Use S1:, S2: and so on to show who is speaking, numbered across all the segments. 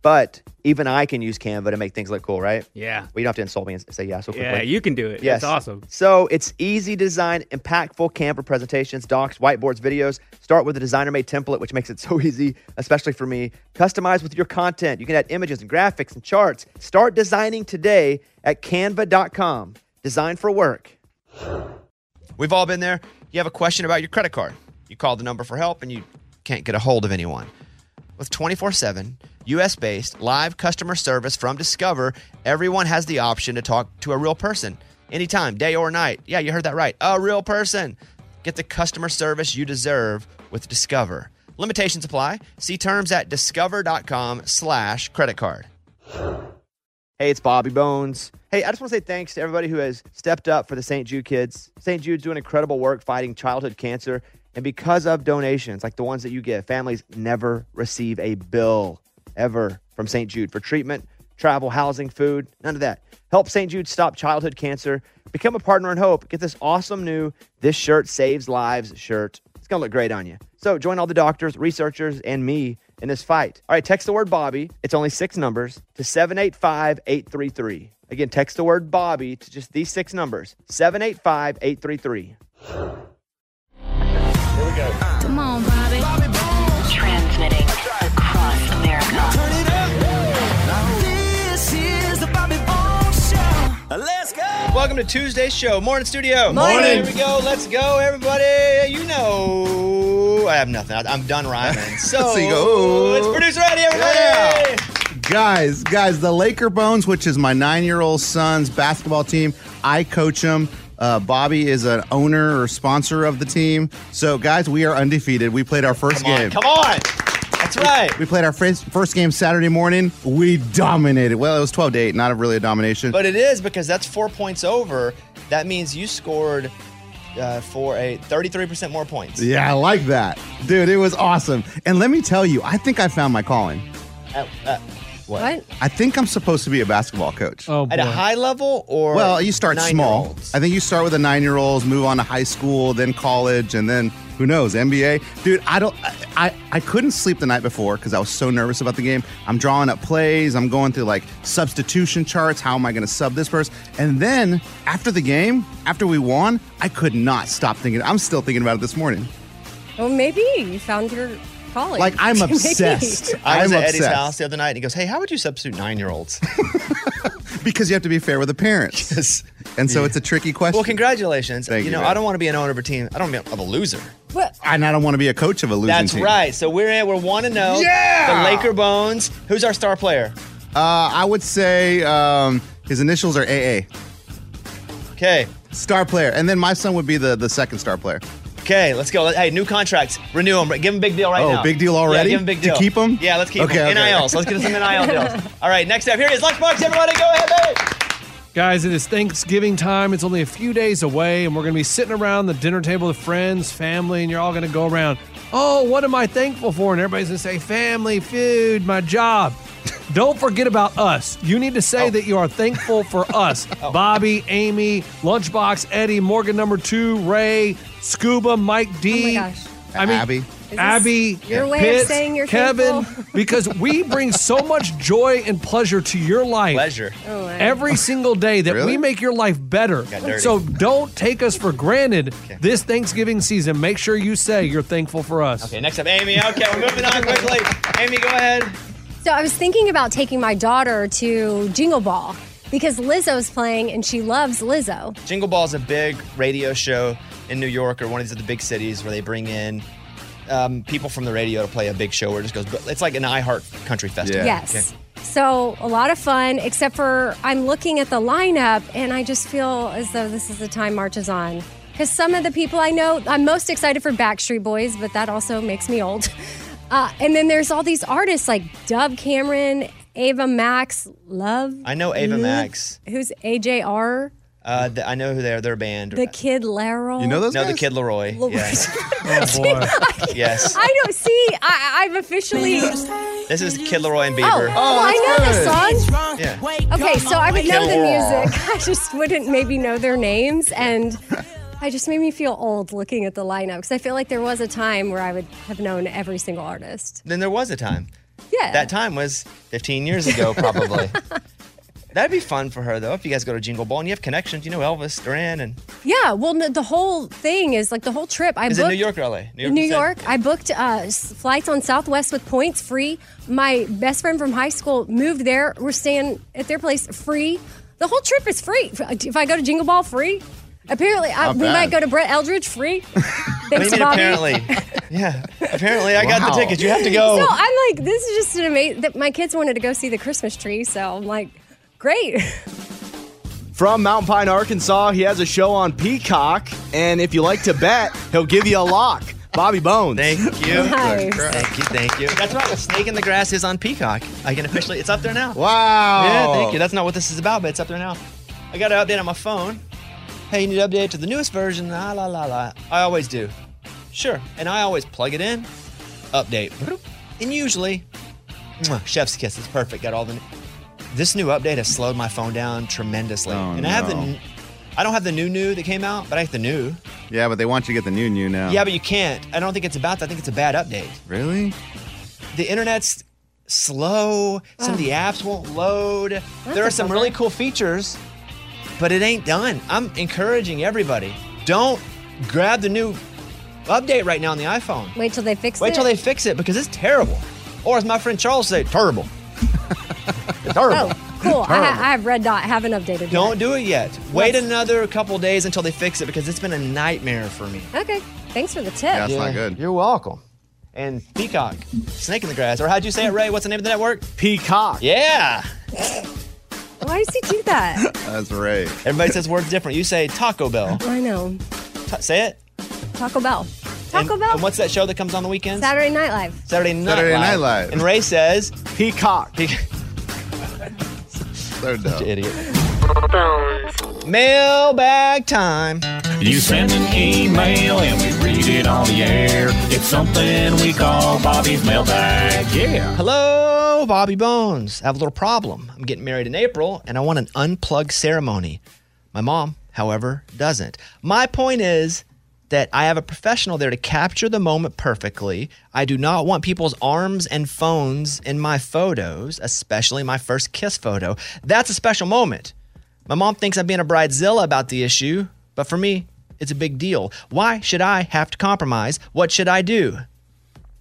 S1: But even I can use Canva to make things look cool, right?
S2: Yeah.
S1: Well, you don't have to insult me and say yeah so quickly.
S2: Yeah, you can do it.
S1: Yes.
S2: It's awesome.
S1: So it's easy to design impactful Canva presentations, docs, whiteboards, videos. Start with a designer made template, which makes it so easy, especially for me. Customize with your content. You can add images and graphics and charts. Start designing today at canva.com. Design for work. We've all been there. You have a question about your credit card. You call the number for help and you can't get a hold of anyone. With 24 7, US based live customer service from Discover, everyone has the option to talk to a real person anytime, day or night. Yeah, you heard that right. A real person. Get the customer service you deserve with Discover. Limitations apply. See terms at discover.com slash credit card. Hey, it's Bobby Bones. Hey, I just want to say thanks to everybody who has stepped up for the St. Jude kids. St. Jude's doing incredible work fighting childhood cancer. And because of donations like the ones that you get, families never receive a bill ever from St. Jude for treatment, travel, housing, food, none of that. Help St. Jude stop childhood cancer. Become a partner in hope. Get this awesome new This Shirt Saves Lives shirt. It's going to look great on you. So join all the doctors, researchers, and me in this fight. All right, text the word Bobby. It's only six numbers to 785 833. Again, text the word Bobby to just these six numbers 785 833.
S3: Come on, Bobby.
S4: Transmitting across America.
S5: This is the Bobby Bones Show. Let's go.
S1: Welcome to Tuesday's show, Morning Studio.
S5: Morning.
S1: Here we go. Let's go, everybody. You know, I have nothing. I, I'm done rhyming. So, "Oh."
S6: So you go, "Ooh."
S1: it's producer Eddie, everybody.
S6: Yeah. Guys, guys, the Laker Bones, which is my nine-year-old son's basketball team, I coach him. Uh, Bobby is an owner or sponsor of the team. So, guys, we are undefeated. We played our first
S1: Come on,
S6: game.
S1: come on. That's right.
S6: We played our first, first game Saturday morning. We dominated. Well, it was 12 to 8, not really a domination.
S1: But it is because that's four points over. That means you scored uh, for a 33% more points.
S6: yeah, I like that. Dude, it was awesome. And let me tell you, I think I found my calling.
S1: At, at what?
S3: What?
S6: I think I'm supposed to be a basketball coach.
S2: Oh, boy.
S1: At a high level or?
S6: Well, you start small.
S1: nine-year-olds?
S6: I think you start with the nine year olds, move on to high school, then college, and then who knows, NBA. Dude, I don't. I I, I couldn't sleep the night before because I was so nervous about the game. I'm drawing up plays. I'm going through like substitution charts. How am I going to sub this person? And then after the game, after we won, I could not stop thinking. I'm still thinking about it this morning.
S3: Well, maybe you found your calling.
S6: Like I'm
S3: Maybe.
S6: obsessed.
S1: I was
S6: I'm
S1: at Eddie's
S6: obsessed.
S1: house the other night and he goes, Hey, how would you substitute nine year olds?
S6: because you have to be fair with the parents. And so it's a tricky question.
S1: Well, congratulations.
S6: Thank
S1: you
S6: you,
S1: know,
S6: man.
S1: I don't want to be an owner of a team. I don't want to be of a loser.
S3: But
S6: And I don't want to be a coach of a losing
S1: That's
S6: team.
S1: right. So we're in. We're one to know.
S6: Yeah!
S1: The Laker Bones. Who's our star player?
S6: Uh, I would say um, his initials are AA,
S1: Okay.
S6: star player, and then my son would be the, the second star player.
S1: Okay. Let's go. Hey, new contracts. Renew them. Give them big deal right
S6: Oh,
S1: now.
S6: big deal already?
S1: Yeah, give them big
S6: To
S1: deal.
S6: keep 'em?
S1: Yeah, let's keep
S6: Okay,
S1: them.
S6: okay.
S1: NILs. Let's get some NIL deals. All right. Next up, here it is. Lunchbox. Everybody, go ahead, baby.
S7: Guys, it is Thanksgiving time. It's only a few days away, and we're going to be sitting around the dinner table with friends, family, and you're all going to go around. Oh, what am I thankful for? And everybody's going to say, family, food, my job. Don't forget about us. You need to say that you are thankful for us. Bobby, Amy, Lunchbox, Eddie, Morgan number two, Ray, Scuba, Mike D.
S3: Oh my gosh.
S7: I mean,
S6: Abby.
S3: this
S7: Abby,
S3: your way of
S7: Pitts,
S3: saying you're
S7: Kevin,
S3: thankful?
S7: because we bring so much joy and pleasure to your life
S1: Pleasure.
S3: oh, I-
S7: every single day that
S6: Really?
S7: we make your life better.
S1: Got dirty.
S7: So don't take us for granted this Thanksgiving season. Make sure you say you're thankful for us.
S1: Okay. Next up, Amy. Okay, we're moving on quickly. Amy, go ahead.
S3: So I was thinking about taking my daughter to Jingle Ball because Lizzo's playing and she loves Lizzo.
S1: Jingle Ball's a big radio show in New York or one of these other big cities where they bring in um, people from the radio to play a big show where it just goes. It's like an iHeart Country Festival.
S6: Yeah,
S3: Yes. So a lot of fun, except for I'm looking at the lineup and I just feel as though this is the time marches on. Because some of the people I know, I'm most excited for Backstreet Boys, but that also makes me old. Uh, and then there's all these artists like Dub Cameron, Ava Max, Love.
S1: I know Ava
S6: Mm-hmm.
S3: Luke,
S1: Max.
S3: Who's AJR,
S1: Uh, th- I know who they are. They're a band.
S3: The Kid Laryl.
S6: You know those
S1: no,
S6: guys?
S1: the Kid Leroy. Yes.
S7: Oh boy.
S1: yes.
S3: I don't see. I, I've officially. Oh,
S1: This is Kid Leroy and
S3: oh,
S1: Bieber.
S3: I know this song.
S1: Yeah.
S3: Okay, so I would know the
S1: Killer.
S3: music. I just wouldn't maybe know their names. And I just made me feel old looking at the lineup because I feel like there was a time where I would have known every single artist.
S1: Then there was a time.
S3: Yeah.
S1: That time was 15 years ago, probably. That'd be fun for her though. If you guys go to Jingle Ball and you have connections, you know Elvis Duran, and
S3: Yeah, well, no, the whole thing is like the whole trip. I
S1: is it
S3: booked
S1: New York or LA?
S3: in New
S1: you said?
S3: York. I booked uh, s- flights on Southwest with points free. My best friend from high school moved there. We're staying at their place free. The whole trip is free. If I go to Jingle Ball, free. Apparently, I,
S6: Not
S3: we
S6: bad.
S3: might go to Brett Eldridge free.
S1: What do
S3: Thanks,
S1: you mean,
S3: Bobby.
S1: apparently? yeah. Apparently, I got
S6: Wow.
S1: the tickets. You have to go.
S3: So I'm like, this is just an amazing. That my kids wanted to go see the Christmas tree, so I'm like, great.
S8: From Mountain Pine, Arkansas, he has a show on Peacock, and if you like to bet, he'll give you a lock. Bobby Bones.
S1: Thank you.
S3: Nice.
S1: Thank you. Thank you. That's right. The snake in the grass is on Peacock. I can officially. It's up there now.
S6: Wow.
S1: Yeah. Thank you. That's not what this is about, but it's up there now. I got an update on my phone. Hey, you need to update to the newest version. La la la la. I always do. Sure. And I always plug it in. Update. Broop. And usually, mwah, chef's kiss. It's perfect. Got all the. This new update has slowed my phone down tremendously.
S6: Oh,
S1: and I have the.
S6: no.
S1: n- I don't have the new new that came out, but I have the new.
S6: Yeah, but they want you to get the new new now.
S1: Yeah, but you can't. I don't think it's about that. I think it's a bad update.
S6: really?
S1: the internet's slow. Some of the apps won't load. there are some really cool features, but it ain't done. I'm encouraging everybody don't grab the new update right now on the iPhone.
S3: Wait till they fix
S1: Wait
S3: it.
S1: till they fix it because it's terrible. Or as my friend Charles said, terrible. It's terrible.
S3: Oh, cool. I, ha- I have red dot. Haven't updated. yet.
S1: Don't do it yet. Wait
S3: Let's-
S1: another couple days until they fix it because it's been a nightmare for me.
S3: Okay. Thanks for the tip.
S6: That's not good.
S1: You're welcome. And Peacock, Snake in the Grass, or how'd you say it, Ray? What's the name of the network?
S8: Peacock.
S1: Yeah.
S3: Why does he do that?
S6: That's right.
S1: Everybody says words different. You say Taco Bell.
S3: I know.
S1: Ta- say it.
S3: Taco Bell. Taco
S1: and,
S3: Bell.
S1: And what's that show that comes on the weekends?
S3: Saturday Night Live.
S1: Saturday Night
S6: Saturday
S1: Live.
S6: Night Live.
S1: And Ray says,
S8: Peacock.
S6: So dumb.
S1: idiot. Mailbag time.
S5: You send an email and we read it on the air. It's something we call Bobby's mailbag. Yeah.
S1: Hello, Bobby Bones. I have a little problem. I'm getting married in April and I want an unplugged ceremony. My mom, however, doesn't. My point is that I have a professional there to capture the moment perfectly. I do not want people's arms and phones in my photos, especially my first kiss photo. That's a special moment. My mom thinks I'm being a bridezilla about the issue, but for me, it's a big deal. Why should I have to compromise? What should I do?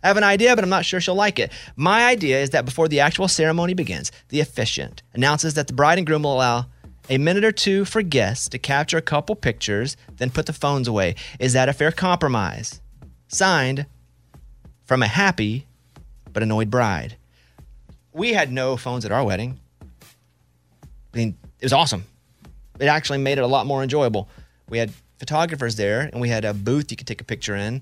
S1: I have an idea, but I'm not sure she'll like it. My idea is that before the actual ceremony begins, the officiant announces that the bride and groom will allow a minute or two for guests to capture a couple pictures, then put the phones away. Is that a fair compromise? Signed from a happy but annoyed bride. We had no phones at our wedding. I mean, it was awesome. It actually made it a lot more enjoyable. We had photographers there and we had a booth you could take a picture in.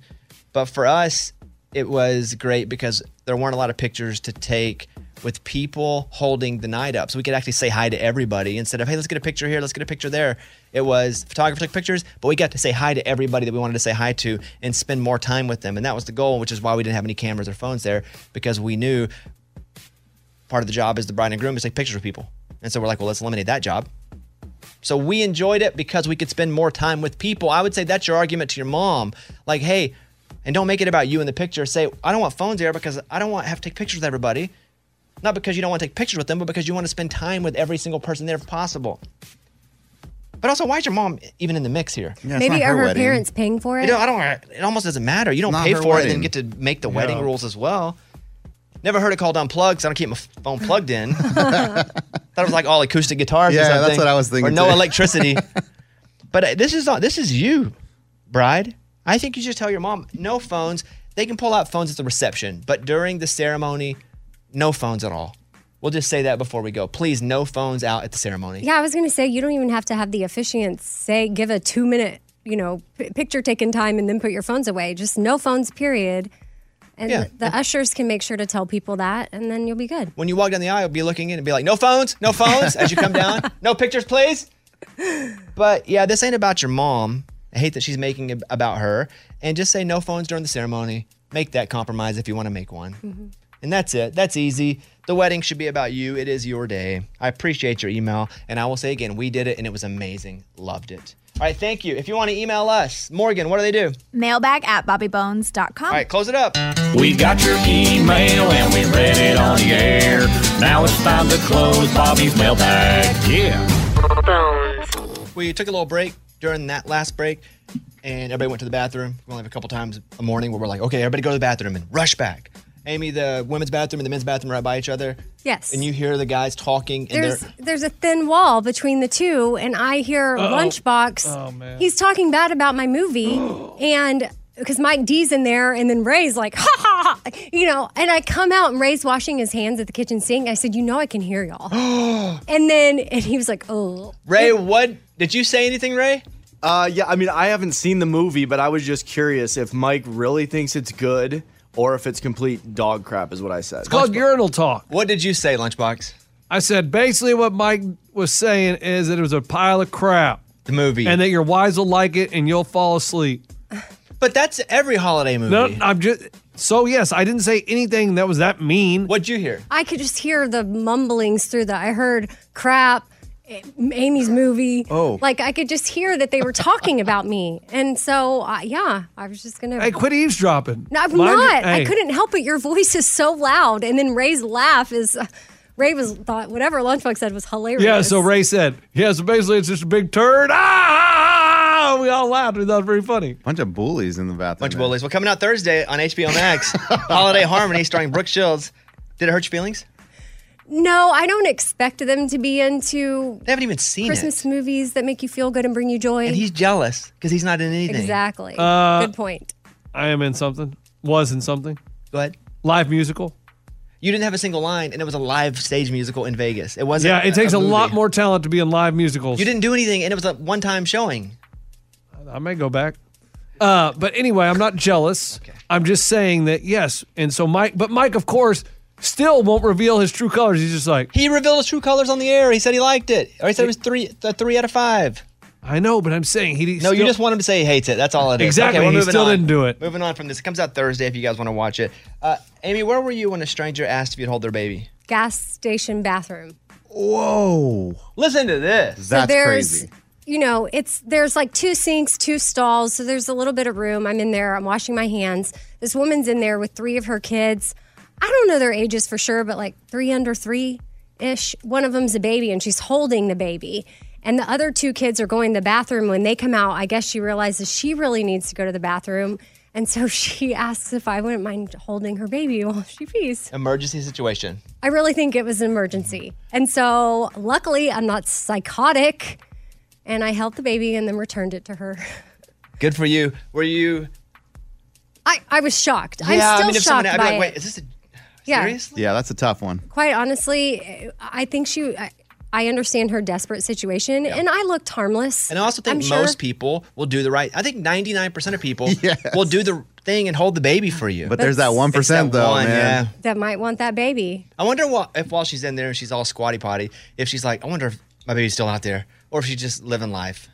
S1: But for us, it was great because there weren't a lot of pictures to take with people holding the night up. So we could actually say hi to everybody instead of, hey, let's get a picture here, let's get a picture there. It was photographer took pictures, but we got to say hi to everybody that we wanted to say hi to and spend more time with them. And that was the goal, which is why we didn't have any cameras or phones there because we knew part of the job is the bride and groom is take pictures of people. And so we're like, well, let's eliminate that job. So we enjoyed it because we could spend more time with people. I would say that's your argument to your mom. Like, hey, and don't make it about you in the picture. Say, I don't want phones here because I don't want to have to take pictures with everybody. Not because you don't want to take pictures with them, but because you want to spend time with every single person there if possible. But also, why is your mom even in the mix here?
S6: Yeah, it's
S3: Maybe
S6: not
S3: are her
S6: wedding.
S3: parents paying for it?
S1: You know, I don't. It almost doesn't matter. You don't
S6: Not
S1: pay
S6: her
S1: for it and then
S6: wedding.
S1: get to make the wedding rules as well. Never heard it called unplugged. 'cause I don't keep my f- phone plugged in. Thought it was like all acoustic guitars. or
S6: Yeah, that's
S1: something,
S6: what I was
S1: Or
S6: thinking
S1: no
S6: too.
S1: electricity. but uh, this is not- this is you, bride. I think you should tell your mom no phones. They can pull out phones at the reception, but during the ceremony, no phones at all. We'll just say that before we go. Please, no phones out at the ceremony.
S3: Yeah, I was going to say you don't even have to have the officiant say give a 2 minute, you know, p- picture taking time and then put your phones away. Just no phones period. And
S1: Yeah.
S3: the, the ushers can make sure to tell people that and then you'll be good.
S1: When you walk down the aisle, be looking in and be like, no phones, no phones as you come down. No pictures, please. But yeah, this ain't about your mom. I hate that she's making it about her. And just say no phones during the ceremony. Make that compromise if you want to make one.
S8: Mm-hmm.
S1: And that's it. That's easy. The wedding should be about you. It is your day. I appreciate your email. And I will say again, we did it and it was amazing. Loved it. All right, thank you. If you want to email us, Morgan, what do they do?
S9: Mailbag at bobbybones.com.
S1: All right, close it up.
S5: We got your email and we read it on the air. Now it's time to close Bobby's mailbag. Yeah.
S1: We took a little break during that last break, and everybody went to the bathroom. We only have a couple times a morning where we're like, okay, everybody go to the bathroom and rush back. Amy, the women's bathroom and the men's bathroom are right by each other.
S3: Yes.
S1: And you hear the guys talking, and
S3: There's
S1: they're
S3: there's a thin wall between the two, and I hear
S1: Uh-oh.
S3: Lunchbox.
S1: Oh, man.
S3: He's talking bad about my movie, and because Mike D's in there, and then Ray's like, ha ha, ha," you know. And I come out, and Ray's washing his hands at the kitchen sink. I said, you know, I can hear y'all. and then, and he was like, oh,
S1: Ray, what did you say anything, Ray?
S8: Uh, yeah. I mean, I haven't seen the movie, but I was just curious if Mike really thinks it's good or if it's complete dog crap, is what I said.
S7: It's called urinal talk.
S1: What did you say, Lunchbox?
S7: I said basically what Mike was saying is that it was a pile of crap.
S1: The movie.
S7: And that your wives will like it and you'll fall asleep.
S1: But that's every holiday movie.
S7: No, I'm just so yes, I didn't say anything that was that mean.
S1: What'd you hear?
S3: I could just hear the mumblings through the. I heard crap. Amy's movie.
S7: Oh.
S3: Like I could just hear that they were talking about me. And so, uh, yeah, I was just going to.
S7: Hey, quit eavesdropping.
S3: No, I'm
S7: Mind your-
S3: not. I
S7: hey.
S3: couldn't help it. Your voice is so loud, and then Ray's laugh is. uh, Ray was thought whatever Lunchbox said was hilarious.
S7: Yeah, so Ray said, yeah, so basically it's just a big turd. Ah! We all laughed. We thought it was very funny.
S6: Bunch of bullies in the bathroom.
S1: Bunch of bullies. Well, coming out Thursday on HBO Max, Holiday Harmony, starring Brooke Shields. Did it hurt your feelings?
S3: no, I don't expect them to be into.
S1: They haven't even seen it.
S3: Christmas movies that make you feel good and bring you joy.
S1: And he's jealous because he's not in anything.
S3: exactly
S7: Uh,
S3: good point.
S7: I am in something. Was in something.
S1: Go ahead.
S7: Live musical.
S1: You didn't have a single line, and it was a live stage musical in Vegas. It wasn't.
S7: yeah, it takes a,
S1: movie.
S7: lot more talent to be in live musicals.
S1: You didn't do anything, and it was a one-time showing.
S7: I may go back. Uh, but anyway, I'm not jealous. I'm just saying that yes. And so Mike, but Mike, of course, still won't reveal his true colors. He's just like
S1: he revealed his true colors on the air. He said he liked it. Or he said it was three, th- three out of five.
S7: I know, but I'm saying he.
S1: No, you just want him to say he hates it. That's all it is.
S7: Exactly.
S1: Okay, we're
S7: He
S1: moving
S7: still
S1: on.
S7: didn't do it.
S1: Moving on from this, it comes out Thursday if you guys want to watch it. Uh, Amy, where were you when a stranger asked if you'd hold their baby?
S3: Gas station bathroom.
S1: Whoa! Listen to this.
S3: So there's, You know, it's there's like two sinks, two stalls, so there's a little bit of room. I'm in there, I'm washing my hands. This woman's in there with three of her kids. I don't know their ages for sure, but like three under three ish. One of them's a baby and she's holding the baby. And the other two kids are going to the bathroom. When they come out, I guess she realizes she really needs to go to the bathroom. And so she asks if I wouldn't mind holding her baby while she pees.
S1: Emergency situation.
S3: I really think it was an emergency. And so, luckily, I'm not psychotic. And I held the baby and then returned it to her.
S1: Good for you. Were you?
S3: I, I was shocked. I'm
S1: Yeah,
S3: still
S1: I mean, if
S3: shocked
S1: someone, I'd be
S3: by
S1: like, wait,
S3: it.
S1: is this a,
S3: yeah.
S6: Yeah, that's a tough one.
S3: Quite honestly, I think she, I, I understand her desperate situation. And I looked harmless.
S1: And I also think
S3: I'm sure.
S1: most people will do the right. I think 99% of people will do the thing and hold the baby for you.
S6: But there's that
S1: It's
S6: 1% though, man.
S1: Yeah.
S3: that might want that baby.
S1: I wonder wha- if while she's in there and she's all squatty potty, if she's like, I wonder if my baby's still out there or if she's just living life.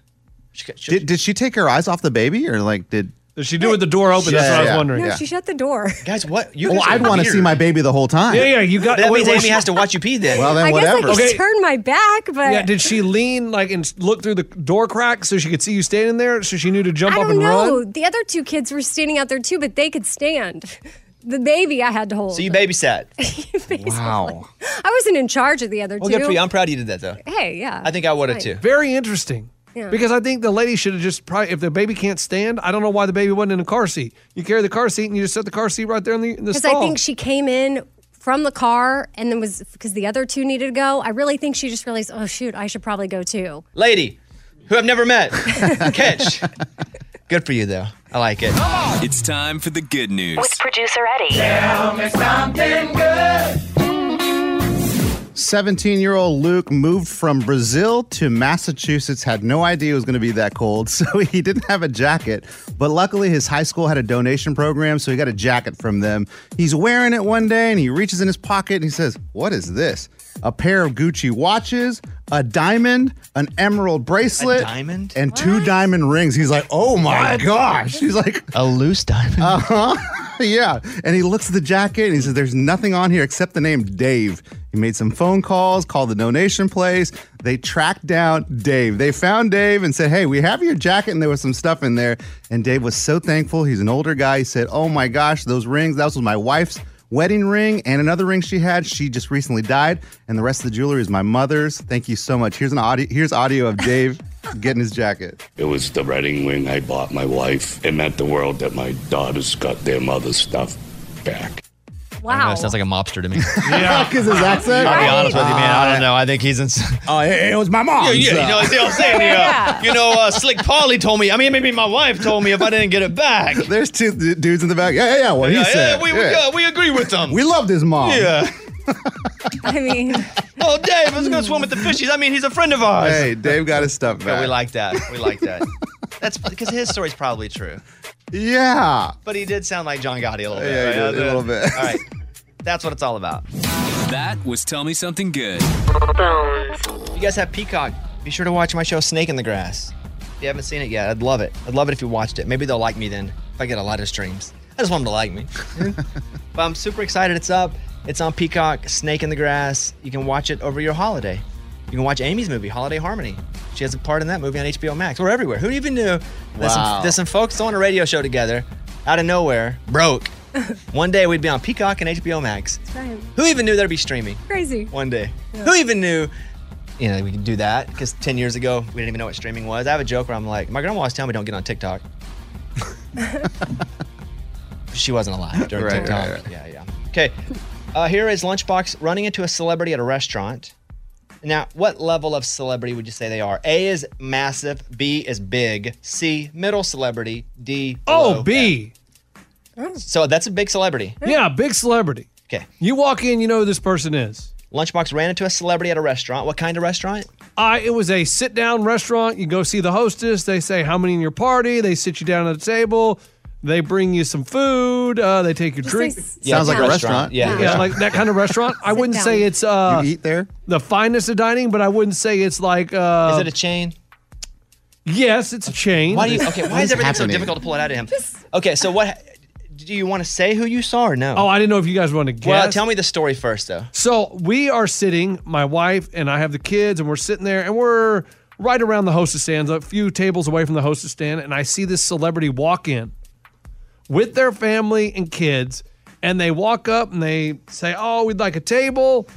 S6: Did, did she take her eyes off the baby or like did
S7: Did she do it with the door open? That's
S6: Yeah,
S7: what I was
S6: yeah.
S7: wondering.
S3: No, she shut the door.
S1: Guys, what?
S6: oh, I'd want to see my baby the whole time.
S7: Yeah, yeah, you got.
S1: That
S7: wait,
S1: means
S7: wait,
S1: Amy
S7: she-
S1: has to watch you pee then.
S6: Well, then
S3: I guess I
S6: whatever.
S3: could turn my back, but
S7: Yeah, did she lean like and look through the door crack so she could see you standing there so she knew to jump
S3: I
S7: up
S3: don't
S7: and
S3: know.
S7: run?
S3: The other two kids were standing out there too, but they could stand. The baby I had to hold.
S1: So you babysat.
S6: wow.
S3: I wasn't in charge of the other
S1: Well,
S3: two.
S1: good for you. I'm proud you did that though.
S3: hey, yeah.
S1: I think I would have
S3: Right.
S1: too.
S7: Very interesting.
S3: Yeah.
S7: Because I think the lady should have just probably if the baby can't stand, I don't know why the baby wasn't in the car seat. You carry the car seat and you just set the car seat right there in the, in the
S3: Because
S7: stall.
S3: I think she came in from the car and then was because the other two needed to go. I really think she just realized, oh shoot, I should probably go too.
S1: Lady, who I've never met, catch. Good for you, though. I like it.
S10: It's time for the good news.
S11: With producer Eddie.
S10: Tell me something good.
S6: 17 year old Luke moved from Brazil to Massachusetts, had no idea it was going to be that cold, so he didn't have a jacket. But luckily, his high school had a donation program, so he got a jacket from them. He's wearing it one day and he reaches in his pocket and he says, What is this? A pair of Gucci watches, a diamond, an emerald bracelet, diamond? and two diamond rings. He's like, Oh my gosh. He's like,
S1: A loose diamond.
S6: Uh huh. yeah. And he looks at the jacket and he says, There's nothing on here except the name Dave. He made some phone calls, called the donation place. They tracked down Dave. They found Dave and said, Hey, we have your jacket. And there was some stuff in there. And Dave was so thankful. He's an older guy. He said, Oh my gosh, those rings. That was my wife's wedding ring and another ring she had. She just recently died. And the rest of the jewelry is my mother's. Thank you so much. Here's an audio here's audio of Dave getting his jacket.
S12: It was the wedding ring I bought my wife. It meant the world that my daughters got their mother's stuff back.
S1: I don't know, it sounds like a mobster to me.
S6: Yeah. Because his accent.
S1: I'll be honest with you, man. I don't know. I think he's in.
S6: Oh, it was my
S1: Yeah,
S6: mom's,
S1: yeah, you know,
S6: uh.
S1: that's what I'm saying. The, uh, You know, uh, Slick Polly told me. I mean, maybe my wife told me if I didn't get it back.
S6: There's two d- dudes in the back. Yeah, yeah, yeah. What
S1: yeah,
S6: he
S1: yeah,
S6: said.
S1: we, we, uh, we agree with them.
S6: We loved his mom.
S1: Yeah.
S3: I mean,
S1: oh, Dave, let's go swim with the fishies. I mean, he's a friend of ours.
S6: Hey, Dave got his stuff back.
S1: Yeah, we like that. We like that. That's because his story's probably true.
S6: Yeah.
S1: But he did sound like John Gotti a little bit.
S6: Yeah, he
S1: right? uh,
S6: did, a little bit.
S1: All right. That's what it's all about.
S10: That was Tell Me Something Good.
S1: If you guys have Peacock, be sure to watch my show Snake in the Grass. If you haven't seen it yet, I'd love it. I'd love it if you watched it. Maybe they'll like me then if I get a lot of streams. I just want them to like me. but I'm super excited it's up. It's on Peacock, Snake in the Grass. You can watch it over your holiday. You can watch Amy's movie, Holiday Harmony. She has a part in that movie on HBO Max. We're everywhere. Who even knew that
S6: Wow.
S1: some, that some folks on a radio show together out of nowhere broke? One day we'd be on Peacock and HBO Max. Who even knew there'd be streaming?
S3: crazy.
S1: one day. Who even knew? You know, we could do that because 10 years ago, we didn't even know what streaming was. I have a joke where I'm like, my grandma always telling me don't get on TikTok. she wasn't alive during
S6: Right,
S1: TikTok.
S6: right, right.
S1: Yeah, yeah. Okay. Uh, here is Lunchbox running into a celebrity at a restaurant. Now, what level of celebrity would you say they are? A is massive, B is big, C, middle celebrity, D,
S7: Oh, B.
S1: So that's a big celebrity.
S7: Yeah, big celebrity.
S1: Okay.
S7: You walk in, you know who this person is.
S1: Lunchbox ran into a celebrity at a restaurant. What kind of restaurant?
S7: I it was a sit down restaurant. You go see the hostess. They say how many in your party. They sit you down at a table. They bring you some food. Uh, they take your
S6: Just
S7: drink.
S6: say s- Sounds sit like a down. restaurant. Yeah,
S7: Yeah,
S6: restaurant.
S7: like that kind of restaurant. I wouldn't
S6: down.
S7: say it's uh,
S6: You eat there.
S7: the finest of dining, but I wouldn't say it's like. Uh,
S1: Is it a chain?
S7: Yes, it's a chain.
S1: Why do you, okay, why is everything so difficult to pull it out of him?
S7: Uh,
S1: Okay, so what do you want to say who you saw or no?
S7: Oh, I didn't know if you guys want to guess.
S1: well, tell me the story first though.
S7: So we are sitting, my wife and I have the kids, and we're sitting there, and we're right around the hostess stand, a few tables away from the hostess stand, and I see this celebrity walk in with their family and kids, and they walk up and they say, "Oh, we'd like a table,"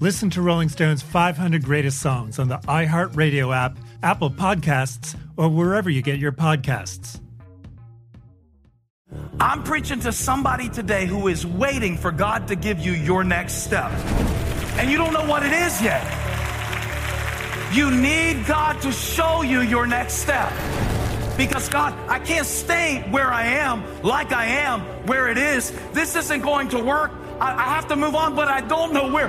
S13: Listen to Rolling Stone's 500 Greatest Songs on the iHeartRadio app, Apple Podcasts, or wherever you get your podcasts.
S14: I'm preaching to somebody today who is waiting for God to give you your next step. And you don't know what it is yet. You need God to show you your next step. Because God, I can't stay where I am, like I am, where it is. This isn't going to work. I, I have to move on, but I don't know where.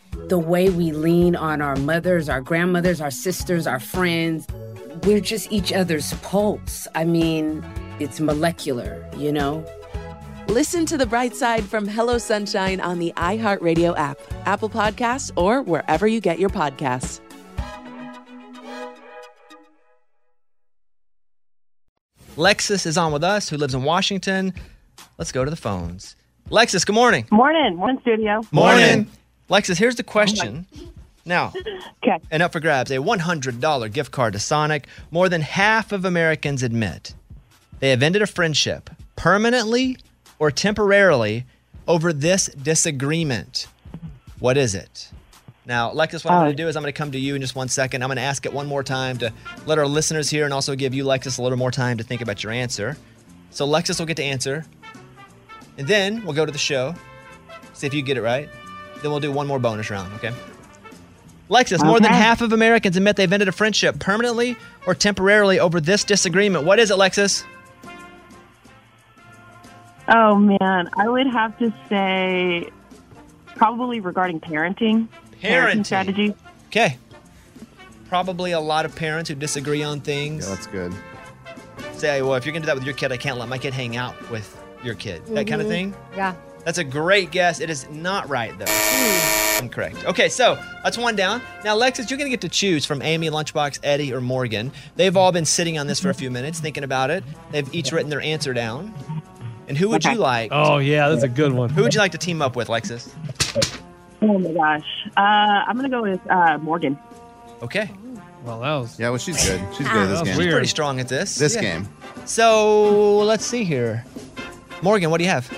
S15: the way we lean on our mothers, our grandmothers, our sisters, our friends. We're just each other's pulse. I mean, it's molecular, you know?
S16: Listen to The Bright Side from Hello Sunshine on the iHeartRadio app, Apple Podcasts, or wherever you get your podcasts.
S1: Lexus is on with us, who lives in Washington. Let's go to the phones. Lexus, good morning.
S17: Morning. Morning, studio.
S1: Morning. Lexus, here's the question. now, and up for grabs a $100 gift card to Sonic. More than half of Americans admit they have ended a friendship permanently or temporarily over this disagreement. What is it? Now, Lexus, what I'm going to do is I'm going to come to you in just one second. I'm going to ask it one more time to let our listeners hear and also give you, Lexus, a little more time to think about your answer. So, Lexus will get to answer. And then we'll go to the show, see if you get it right. Then we'll do one more bonus round, okay? Lexus, more than
S17: Okay.
S1: half of Americans admit they've ended a friendship permanently or temporarily over this disagreement. What is it, Lexus?
S17: Oh, man. I would have to say probably regarding parenting.
S1: Parenting.
S17: strategy.
S1: Okay. Probably a lot of parents who disagree on things. Yeah, that's good. Say, well, if you're going to do that with your kid, I can't let my kid hang out with your kid. That kind
S3: Mm-hmm.
S1: of
S15: Mhm.
S1: thing.
S15: Yeah.
S1: That's a great guess. It is not right, though. I'm correct. Okay, so that's one down. Now, Lexus, you're going to get to choose from Amy, Lunchbox, Eddie, or Morgan. They've all been sitting on this for a few minutes, thinking about it. They've each written their answer down. And who would you like?
S7: Oh, yeah, that's a good one.
S1: Who would you like to team up with, Lexus?
S17: Oh, my gosh. Uh, I'm going to go with uh, Morgan.
S1: Okay.
S7: Well, that was.
S6: Yeah, well, she's good. She's
S1: Ah.
S6: good at this
S1: That was
S6: game.
S1: weird. Pretty strong at this.
S6: This
S1: Yeah.
S6: game.
S1: So let's see here. Morgan, what do you have?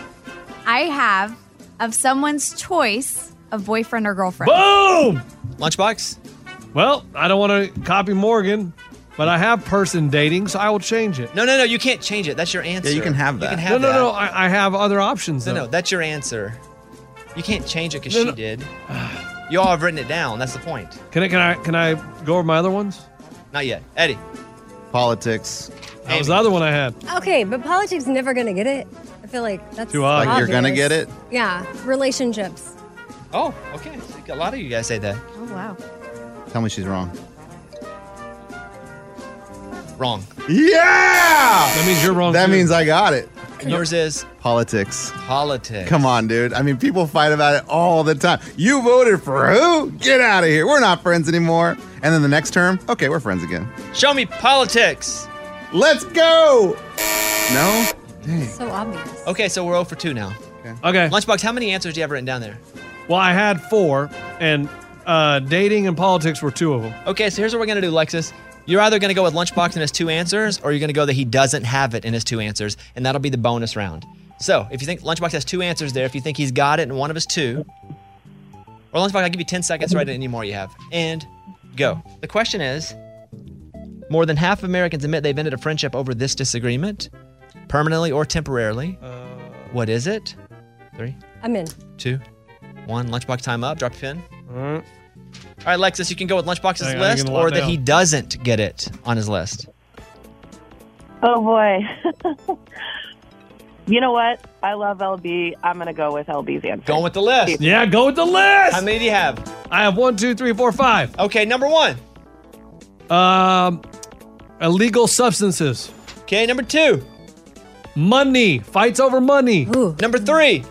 S9: I have of someone's choice of boyfriend or girlfriend.
S7: Boom!
S1: Lunchbox?
S7: Well, I don't want to copy Morgan, but I have person dating, so I will change it.
S1: No, no, no. You can't change it. That's your answer.
S7: you can have
S1: You can
S7: that.
S1: have
S7: No, no,
S1: that.
S7: no, I, I have other options.
S1: No,
S7: though.
S1: no, that's your answer. You can't change it because
S7: No,
S1: she
S7: no.
S1: did. You all have written it down. That's the point.
S7: Can I? Can I? Can I go over my other ones?
S1: Not yet, Eddie.
S6: Politics.
S7: That was the other one I had.
S3: Okay, but politics never gonna get it. I feel like that's
S7: Too odd.
S6: Like you're gonna
S3: obvious.
S6: get it?
S3: Yeah, relationships.
S1: Oh, okay. A lot of you guys say that.
S3: Oh wow.
S6: Tell me she's wrong.
S1: Wrong.
S6: Yeah. That
S7: means you're wrong.
S6: That means I got it.
S1: And yours is
S6: politics.
S1: politics.
S6: Come on, dude. I mean, people fight about it all the time. You voted for who? Get out of here. We're not friends anymore. And then the next term, okay, we're friends again.
S1: Show me politics.
S6: Let's go. No?
S3: So obvious.
S1: Okay, so we're 0 for 2 now.
S7: Okay. okay.
S1: Lunchbox, how many answers do you have written down there?
S7: Well, I had four, and uh, dating and politics were two of them.
S1: Okay, so here's what we're gonna do, Lexus. You're either gonna go with Lunchbox and his two answers, or you're gonna go that he doesn't have it in his two answers, and that'll be the bonus round. So if you think Lunchbox has two answers there, if you think he's got it in one of his two, or Lunchbox, I'll give you 10 seconds to write any more you have, and go. The question is more than half of Americans admit they've ended a friendship over this disagreement, permanently or temporarily.
S7: Uh,
S1: what is it? Three,
S3: I'm in.
S1: two, one. Lunchbox time up. Drop your pin. All right, Lexus, you can go with Lunchbox's
S7: Hang on, you're
S1: list
S7: gonna let
S1: or that
S7: down.
S1: he doesn't get it on his list.
S17: Oh boy. you know what? I love LB. I'm gonna go with LB's answer.
S1: Going with the list.
S7: Yeah, go with the list. How
S1: many do you have?
S7: I have one, two, three, four, five.
S1: Okay, number one.
S7: Um, illegal substances.
S1: Okay, number two.
S7: Money fights over money.
S1: Number three.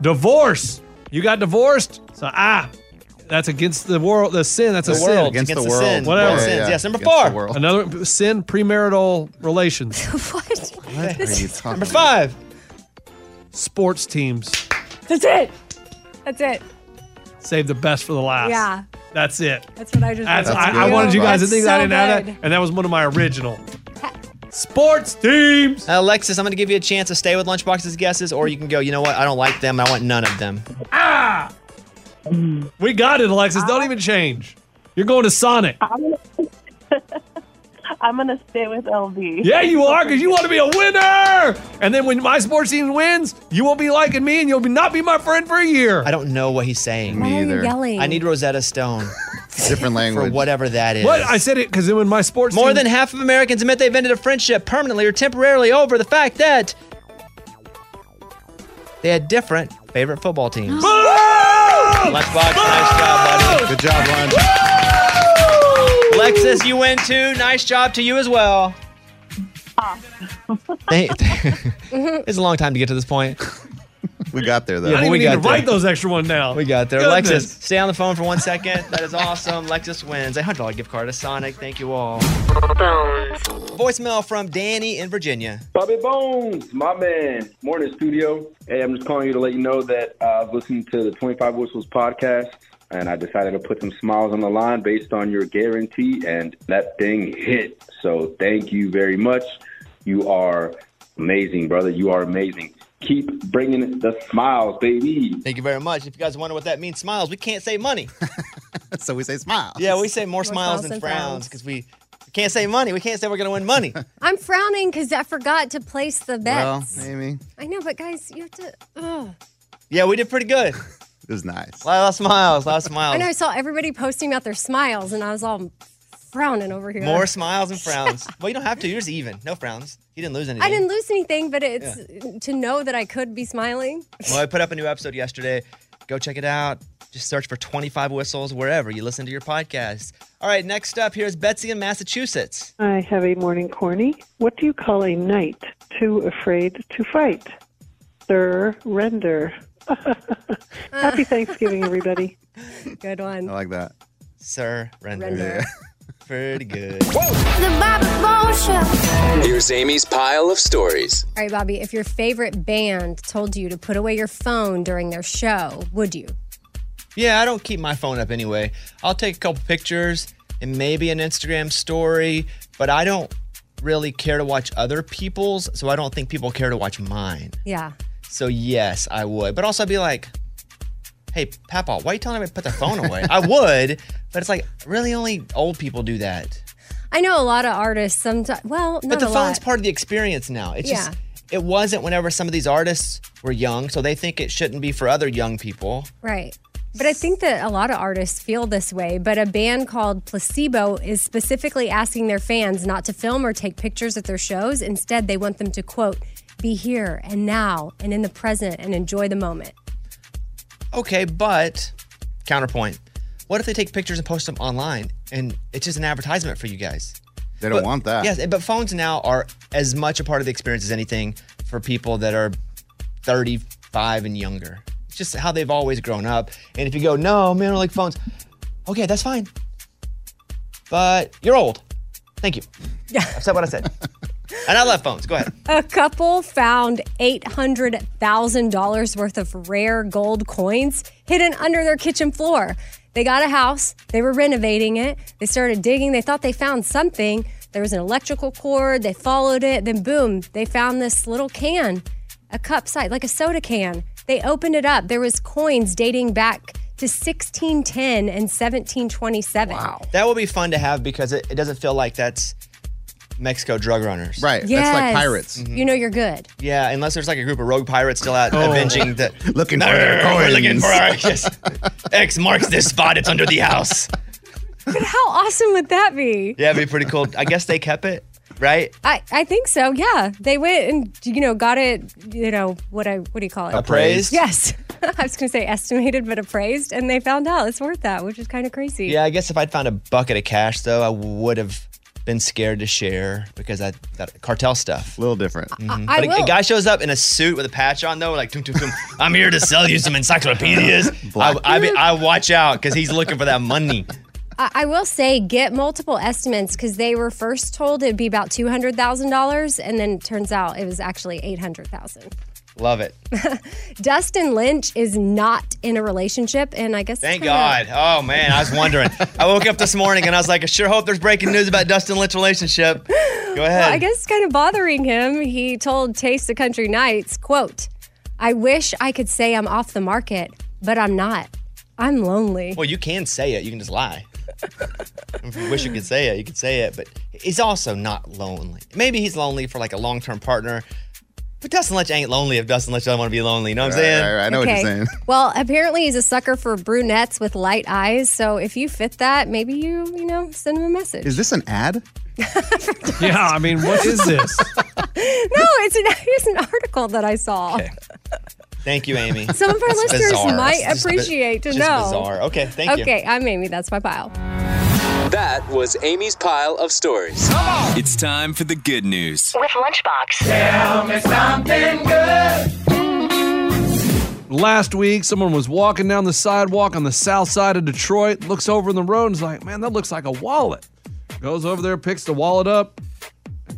S7: Divorce. You got divorced, so ah, that's against the world. The sin. That's a
S1: The world,
S7: sin
S1: against Against the the world. sin.
S7: Whatever.
S1: World sins, yes. Number
S7: Against the
S1: four.
S7: world. Another sin: premarital relations.
S3: what?
S7: This is-
S1: Number five.
S7: Sports teams.
S3: That's it. That's it.
S7: Save the best for the last.
S3: Yeah.
S7: That's it.
S3: That's what I just.
S7: That's,
S3: wrote.
S7: I, I wanted you guys to
S3: That's
S7: think
S3: so
S7: that I didn't have
S3: good.
S7: that, and that was one of my original.
S1: Sports teams. Now, Alexis, I'm going to give you a chance to stay with Lunchbox's guesses, or you can go, you know what? I don't like them. I want none of them.
S7: We got it, Alexis.
S3: Oh.
S7: Don't even change. You're going to Sonic.
S17: I'm gonna stay with LB.
S7: Yeah, you are, because you want to be a winner. And then when my sports team wins, you won't be liking me, and you'll be not be my friend for a year.
S1: I don't know what he's saying.
S7: Why are you either. yelling?
S1: I need Rosetta Stone.
S6: Different
S1: language. For whatever that is.
S7: What I said it because then when my sports
S1: More
S7: team-
S1: than half of Americans admit they've ended a friendship permanently or temporarily Oh, over the fact that they had different favorite football teams. Lunchbox, nice job, buddy.
S6: Good job, Lunch.
S1: Lexus, you win too. Nice job to you as well. They- it's a long time to get to this point.
S6: we got there, though.
S7: I didn't
S1: we
S7: even
S1: got
S7: need to write
S1: there.
S7: those extra one down.
S1: We got there.
S7: Goodness.
S1: Lexus, stay on the phone for one second. That is awesome. Lexus wins a $100 gift card to Sonic. Thank you all. Voicemail from Danny in Virginia.
S18: Bobby Bones, my man. Morning, studio. Hey, I'm just calling you to let you know that uh, I've listened to the 25 Whistles podcast, and I decided to put some smiles on the line based on your guarantee, and that thing hit. So thank you very much. You are amazing, brother. You are amazing. Keep bringing the smiles, baby.
S1: Thank you very much. If you guys wonder what that means, smiles, we can't say money.
S6: so we say smiles.
S1: Yeah, we say more, smiles, than frowns because we, we can't say money. We can't say we're going to win money.
S3: I'm frowning because I forgot to place the
S1: Well,
S3: bets.
S6: Amy.
S3: I know, but guys, you have to.
S1: Oh.
S3: Ugh.
S1: yeah, we did pretty good.
S6: It was nice.
S1: A lot of smiles, a lot of smiles.
S3: I know I saw everybody posting about their smiles, and I was all frowning over here.
S1: More smiles and frowns. well, you don't have to. You're just even. No frowns. He didn't lose anything.
S3: I didn't lose anything, but it's to know that I could be smiling.
S1: Well, I put up a new episode yesterday. Go check it out. Just search for 25 Whistles wherever you listen to your podcast. All right, next up here is Betsy in Massachusetts.
S19: Hi, heavy morning, corny. What do you call a knight too afraid to fight? Sir Render. Happy Thanksgiving, everybody.
S3: Good one.
S6: I like that.
S1: Sir Render.
S19: Render.
S1: Pretty good.
S3: The Bobby Bones Show.
S5: Here's Amy's pile of stories.
S3: All right, Bobby, if your favorite band told you to put away your phone during their show, would you?
S1: Yeah, I don't keep my phone up anyway. I'll take a couple pictures and maybe an Instagram story, but I don't really care to watch other people's, so I don't think people care to watch mine.
S3: Yeah.
S1: So yes, I would. But also I'd be like, hey, Papa, why are you telling everybody to put their phone away? I would, but it's like really only old people do that.
S3: I know a lot of artists sometimes. Well, not
S1: but the
S3: a
S1: phone's
S3: lot.
S1: part of the experience now. It's
S3: Yeah.
S1: just it wasn't whenever some of these artists were young, so they think it shouldn't be for other young people.
S3: Right. But I think that a lot of artists feel this way. But a band called Placebo is specifically asking their fans not to film or take pictures at their shows. Instead, they want them to, quote, be here and now and in the present and enjoy the moment.
S1: Okay, but counterpoint. What if they take pictures and post them online and it's just an advertisement for you guys?
S6: They don't
S1: But-
S6: want that.
S1: Yes, but phones now are as much a part of the experience as anything. for people that are 35 and younger. It's just how they've always grown up. And if you go, no, man, I don't like phones. Okay, that's fine. But you're old. Thank you. Yeah. I said what I said. and I love phones. Go ahead.
S3: A couple found $800,000 worth of rare gold coins hidden under their kitchen floor. They got a house, they were renovating it, they started digging, they thought they found something. There was an electrical cord, they followed it, then boom, they found this little can, a cup size, like a soda can. They opened it up. There was coins dating back to 1610 and 1727. Wow.
S1: That would be fun to have because it, it doesn't feel like that's Mexico drug runners. Right.
S3: You know you're good.
S1: Yeah, unless there's like a group of rogue pirates still out avenging the
S6: looking
S1: for
S6: coins.
S1: looking for our yes. X marks this spot. It's under the house.
S3: But how awesome would that be?
S1: Yeah, it'd be pretty cool. I guess they kept it, right?
S3: I, I think so. Yeah, they went and you know got it. You know what I what do you call it?
S1: Appraised?
S3: Yes, I was going to say estimated, but appraised, and they found out it's worth that, which is kind of crazy.
S1: Yeah, I guess if I'd found a bucket of cash though, I would have been scared to share because I that cartel stuff. A
S6: little different.
S3: I
S1: but a- a,
S3: will-
S1: guy shows up in a suit with a patch on though, like "Tum, tum, tum, I'm here to sell you some encyclopedias. I, I, be- I watch out because he's looking for that money.
S3: I, I will say get multiple estimates because they were first told it'd be about two hundred thousand dollars, and then turns out it was actually eight hundred thousand.
S1: Love it.
S3: Dustin Lynch is not in a relationship, and I guess
S1: Thank God. Oh man, I was wondering. I woke up this morning and I was like, I sure hope there's breaking news about Dustin Lynch relationship. Go ahead.
S3: Well, I guess it's kind of bothering him. He told Taste of Country Nights, "quote I wish I could say I'm off the market, but I'm not. I'm lonely."
S1: Well, you can say it. You can just lie. if you wish you could say it, you could say it. But he's also not lonely. Maybe he's lonely for like a long-term partner. But Dustin Lynch ain't lonely if Dustin Lynch doesn't want to be lonely. You know what I'm
S6: Right,
S1: saying?
S6: right, right. I know
S3: Okay. Well, apparently he's a sucker for brunettes with light eyes. So if you fit that, maybe you, you know, send him a message.
S6: Is this an ad?
S7: yeah, I mean, what is this?
S3: no, it's an it's an article that I saw.
S1: Thank you, Amy.
S3: Some of our
S1: That's
S3: listeners
S1: bizarre.
S3: might
S1: It's just bi-
S3: appreciate to
S1: just
S3: know.
S1: bizarre. Okay, thank you.
S3: Okay, I'm Amy. That's my pile.
S5: That was Amy's pile of stories. It's time for the good news.
S10: With Lunchbox. Tell me something good.
S7: Last week, someone was walking down the sidewalk on the south side of Detroit, looks over in the road and is like, man, that looks like a wallet. Goes over there, picks the wallet up,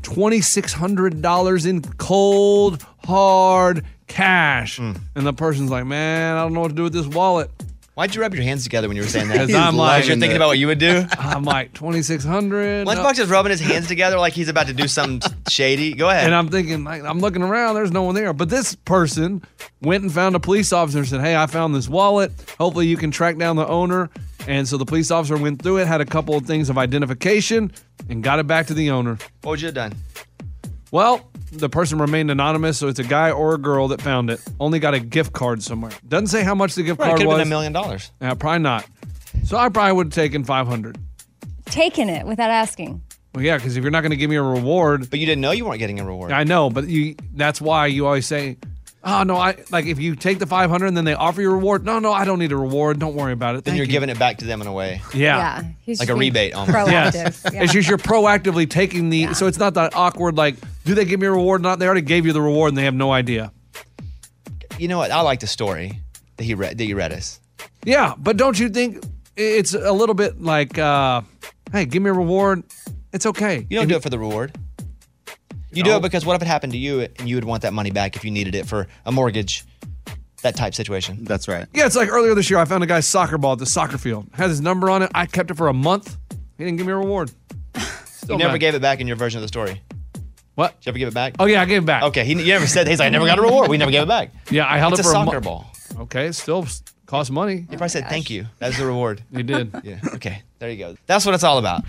S7: $2,600 in cold, hard cash.
S1: Mm.
S7: And the person's like, man, I don't know what to do with this wallet.
S1: Why'd you rub your hands together when you were saying that?
S7: Because I'm like,
S1: Because you're thinking about what you would do?
S7: I'm like, 2600
S1: Lunchbox is rubbing his hands together like he's about to do something shady. Go ahead.
S7: And I'm thinking, like, I'm looking around, there's no one there. But this person went and found a police officer and said, Hey, I found this wallet. Hopefully you can track down the owner. And so the police officer went through it, had a couple of things of identification, and got it back to the owner.
S1: What would you have done?
S7: Well, the person remained anonymous, so it's a guy or a girl that found it. Only got a gift card somewhere. Doesn't say how much the gift
S1: Right, it
S7: card
S1: could have
S7: was.
S1: been a million dollars.
S7: Yeah, probably not. So I probably would have taken five hundred.
S11: Taking it without asking.
S7: Well, yeah, because if you're not going to give me a reward,
S1: but you didn't know you weren't getting a reward.
S7: I know, but you—that's why you always say, "Oh no, I like if you take the 500 and then they offer you a reward. No, no, I don't need a reward. Don't worry about it.
S1: Then you're giving it back to them in a way.
S7: Yeah.
S1: Like a rebate almost.
S7: Yes. It's just you're proactively taking the. So it's not that awkward. Like, do they give me a reward? or Not. They already gave you the reward and they have no idea.
S1: You know what? I like the story that he read that you read us.
S7: Yeah, but don't you think it's a little bit like, uh, hey, give me a reward. It's okay.
S1: You don't do it for the reward. You do it because what if it happened to you and you would want that money back if you needed it for a mortgage, that type situation.
S6: That's right.
S7: Yeah, it's like earlier this year, I found a guy's soccer ball at the soccer field. Had his number on it. I kept it for a month. He didn't give me a reward.
S1: You
S7: Still
S1: never
S7: mad.
S1: gave it back in your version of the story.
S7: What?
S1: Did you ever give it back?
S7: Oh yeah, I gave it back.
S1: Okay, he you never said he's like I never got a reward. We never gave it back.
S7: Yeah, I held
S1: It's
S7: it
S1: a
S7: for a
S1: soccer
S7: month.
S1: ball.
S7: Okay, it still s- costs money.
S1: You probably said thank you. That's the reward.
S7: you did.
S1: Yeah. Okay. There you go. That's what it's all about.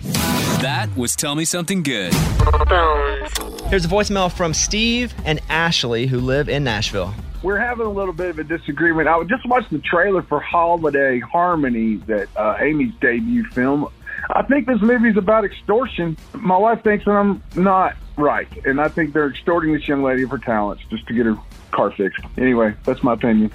S5: That was Tell Me Something Good.
S1: Here's a voicemail from Steve and Ashley who live in Nashville.
S8: We're having a little bit of a disagreement. I just watched the trailer for Holiday Harmony, that uh, Amy's debut film. I think this movie's about extortion. My wife thinks that I'm not right, and I think they're extorting this young lady of her talents just to get her car fixed. Anyway, that's my opinion.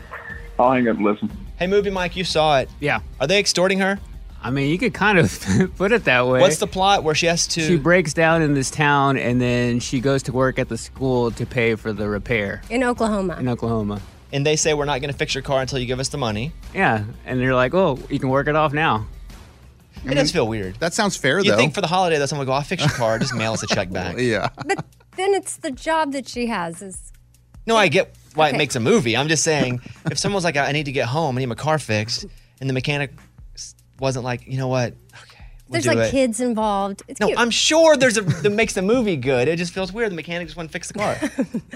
S8: I'll hang up and listen.
S1: Hey, movie Mike, you saw it.
S7: Yeah.
S1: Are they extorting her?
S20: I mean, you could kind of put it that way.
S1: What's the plot where she has to?
S20: She breaks down in this town, and then she goes to work at the school to pay for the repair
S3: in Oklahoma.
S20: in Oklahoma.
S1: and they say we're not going to fix your car until you give us the money.
S20: Yeah, and they're like, "Oh, you can work it off now."
S1: It does feel weird.
S6: That sounds fair,
S1: You
S20: though.
S1: think for the holiday that someone would go, I'll fix your car, just mail us a check back.
S6: yeah.
S3: Then it's the job that she has is
S1: No, I get why
S3: Okay.
S1: it makes a movie. I'm just saying, if someone's like, I I need to get home, I need my car fixed, and the mechanic s- wasn't like, you know what? Okay, we'll
S3: there's
S1: do
S3: like
S1: it."
S3: kids involved. It's
S1: No,
S3: cute.
S1: I'm sure there's a that makes the movie good. It just feels weird. The mechanic just wouldn't fix the car.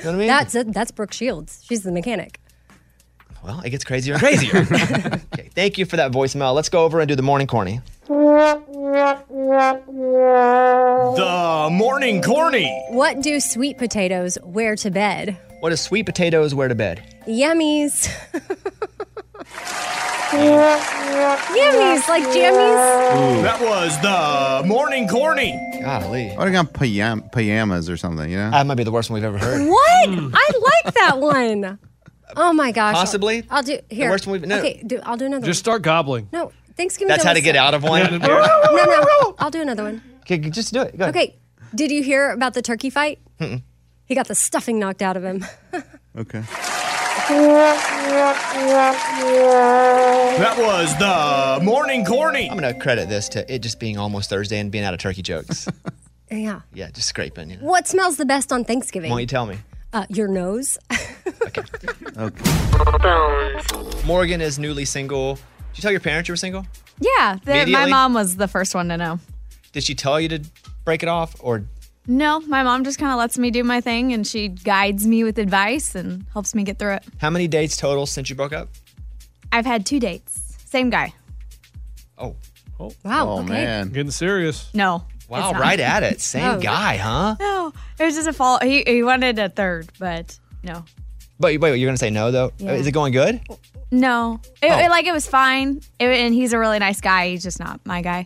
S3: That's it. That's Brooke Shields. She's the mechanic.
S1: well, it gets crazier and crazier. okay, thank you for that voicemail. Let's go over and do the morning corny.
S3: The
S1: morning corny.
S3: What do sweet potatoes wear to bed?
S1: What does sweet potatoes wear to bed?
S3: Yummies. yummies, like jammies.
S6: Ooh.
S14: That was the morning corny.
S1: Golly.
S6: I would have gone pajam- pajamas or something, you know?
S1: That might be the worst one we've ever heard.
S3: What? I like that one. Oh my gosh. I'll-
S1: Possibly.
S3: I'll, do here.
S1: worst one we've- no.
S3: Okay, do, I'll do another
S7: Just start gobbling.
S3: one. No, Thanksgiving.
S1: That's how to
S3: donuts-
S1: get out of one.
S3: No, no. I'll do another one.
S1: Okay, just do it. Go ahead.
S3: Okay. Did you hear about the turkey fight?
S1: Mm-mm.
S3: He got the stuffing knocked out of him.
S6: Okay.
S14: That was the morning corny.
S1: I'm gonna credit this to it just being almost Thursday and being out of turkey jokes.
S3: yeah.
S1: yeah, just scraping. You know.
S3: What smells the best on
S1: Why
S3: Thanksgiving?
S1: don't you tell me?
S3: uh, your nose.
S1: Morgan is newly single. Did you tell your parents you were single?
S21: Yeah, the, my
S1: Immediately?
S21: mom was the first one to know.
S1: Did she tell you to break it off or
S21: No, my mom just kind of lets me do my thing and she guides me with advice and helps me get through it.
S1: how many dates total since you broke up?
S21: I've had two dates. Same guy.
S1: Oh.
S7: Oh.
S21: Wow, Oh, okay. man.
S7: Getting serious.
S21: No.
S1: Wow,
S21: it's not.
S1: right at it. Same
S21: Oh.
S1: guy, huh?
S21: No, it was just a fall. He, he wanted a third, but no.
S1: But wait, you're gonna say no though?
S21: Yeah. Oh.
S1: Is it going good?
S21: No. It,
S1: Oh.
S21: it- like, it was fine. It- and he's a really nice guy. He's just not my guy.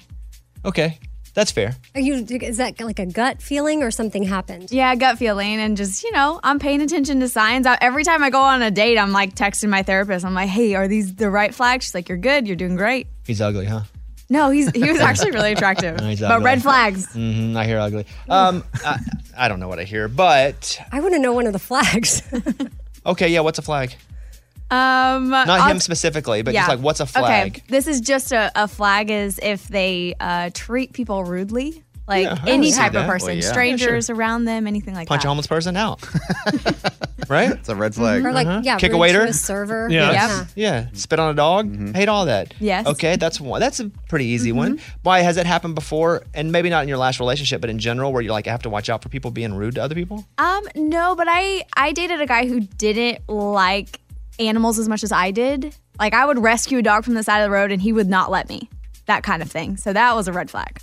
S1: Okay. That's fair.
S3: Are you? Is that like a gut feeling or something happened?
S21: Yeah, gut feeling. And just, you know, I'm paying attention to signs. I, every time I go on a date, I'm like texting my therapist. I'm like, hey, are these the right flags? She's like, you're good. You're doing great.
S1: He's ugly, huh?
S21: No, he's he was actually really attractive.
S1: No, he's
S21: but
S1: ugly.
S21: red flags.
S1: Mm-hmm, I hear ugly. Um, I, I don't know what I hear, but
S3: I want to know one of the flags.
S1: okay, yeah. What's a flag?
S21: Um,
S1: Not him specifically, but just like what's a flag?
S21: Okay, this is just a, a flag is if they uh, treat people rudely, like
S1: Yeah, I
S21: any
S1: would see
S21: type of
S1: that.
S21: person,
S1: Well, yeah. Yeah,
S21: strangers around them, anything like
S1: Punch
S21: that.
S1: a homeless person out, right? It's
S6: a red
S21: flag.
S3: Or like, yeah,
S1: Uh-huh. kick
S3: rude
S1: a waiter,
S3: to a server.
S1: Yeah,
S3: Yeah.
S1: that's- yeah. Spit on a dog, hate all that.
S21: Yes.
S1: Okay, that's one. That's a pretty easy one. Why has that happened before? And maybe not in your last relationship, but in general, where you're like, I have to watch out for people being rude to other people.
S21: Um, no, but I I dated a guy who didn't like animals as much as I did. Like I would rescue a dog from the side of the road and he would not let me. That kind of thing. So that was a red flag.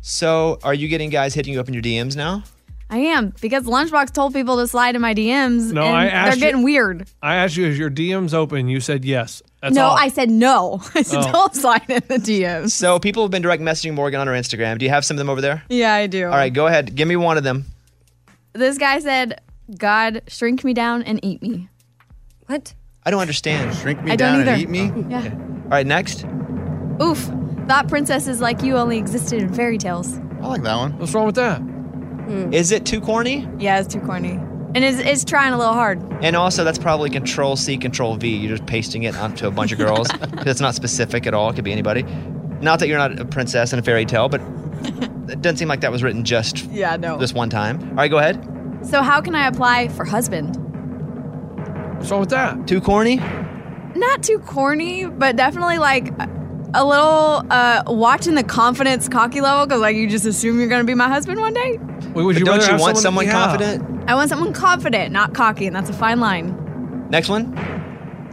S1: So, are you getting guys hitting you up in your DMs now?
S21: I am because Lunchbox told people to slide in my DMs.
S7: No,
S21: and
S7: I asked
S21: they're getting
S7: you-
S21: weird.
S7: I asked you, is your DM's open? You said yes. That's
S21: no,
S7: all.
S21: I said no. I said
S1: Oh.
S21: don't slide in the DMs.
S1: So, people have been direct messaging Morgan on her Instagram. Do you have some of them over there?
S21: Yeah, I do.
S1: All right, go ahead. Give me one of them.
S21: This guy said, "God, shrink me down and eat me."
S3: What?
S1: I don't understand. Shrink
S21: me I don't down and either. eat
S1: me.
S21: Yeah.
S1: All right, next.
S21: Oof. Thought princesses like you only existed in fairy tales.
S1: I like that one.
S7: What's wrong with that?
S21: Hmm.
S1: Is it too corny?
S21: Yeah, it's too corny, and it's, it's trying a little hard.
S1: And also, that's probably Control C, Control V. You're just pasting it onto a bunch of girls because it's not specific at all. It could be anybody. Not that you're not a princess in a fairy tale, but it doesn't seem like that was written just
S21: Yeah, no.
S1: this one time. All right, go ahead.
S21: So how can I apply for husband?
S7: What's wrong with that?
S1: Too corny?
S21: Not too corny, but definitely like a little uh watching the confidence cocky level because like you just assume you're gonna be my husband one day.
S7: Wait, would
S1: But
S7: you
S1: don't
S7: rather
S1: you
S7: have
S1: want someone
S7: yeah.
S1: confident?
S21: I want someone confident, not cocky, and that's a fine line.
S1: Next one.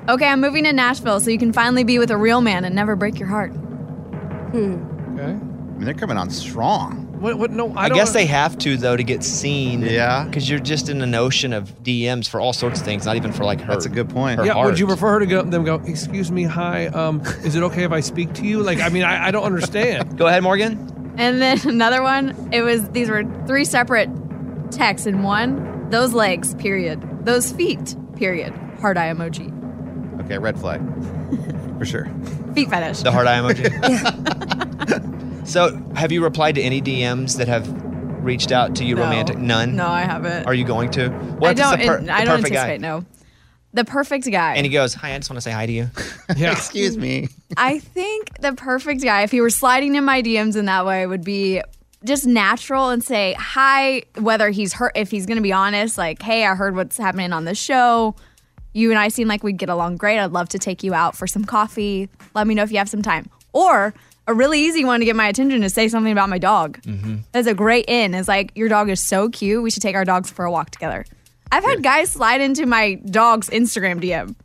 S21: Okay, I'm moving to Nashville so you can finally be with a real man and never break your heart. Hmm.
S7: Okay.
S6: I mean, they're coming on strong.
S7: What? What? No, I,
S1: I,
S7: don't
S1: guess they have to, though, to get seen. Yeah. Because you're just in an ocean of DMs for all sorts of things, not even for like her. That's a good point.
S7: Yeah, would you prefer her to go, them go, excuse me, hi, um, is it okay if I speak to you? Like, I mean, I, I don't understand.
S1: go ahead, Morgan.
S21: And then another one, it was these were three separate texts in one. Those legs, period. Those feet, period. Hard eye emoji.
S6: Okay, red flag. for sure.
S21: Feet fetish.
S1: The heart eye emoji. so, have you replied to any DMs that have reached out to you
S21: No.
S1: romantic? None.
S21: No, I haven't.
S1: Are you going to?
S21: I
S1: if it's
S21: don't.
S1: the per-
S21: and
S1: the
S21: I don't
S1: perfect guy?
S21: anticipate. No, the perfect guy.
S1: And he goes, "Hi, I just want to say hi to you." Excuse me.
S21: I think the perfect guy, if he were sliding in my DMs in that way, would be just natural and say hi. Whether he's hurt, if he's going to be honest, like, hey, I heard what's happening on the show. You and I seem like we'd get along great. I'd love to take you out for some coffee. Let me know if you have some time. Or a really easy one to get my attention is say something about my dog.
S22: Mm-hmm.
S21: That's a great in. It's like your dog is so cute. We should take our dogs for a walk together. I've had guys slide into my dog's Instagram DM.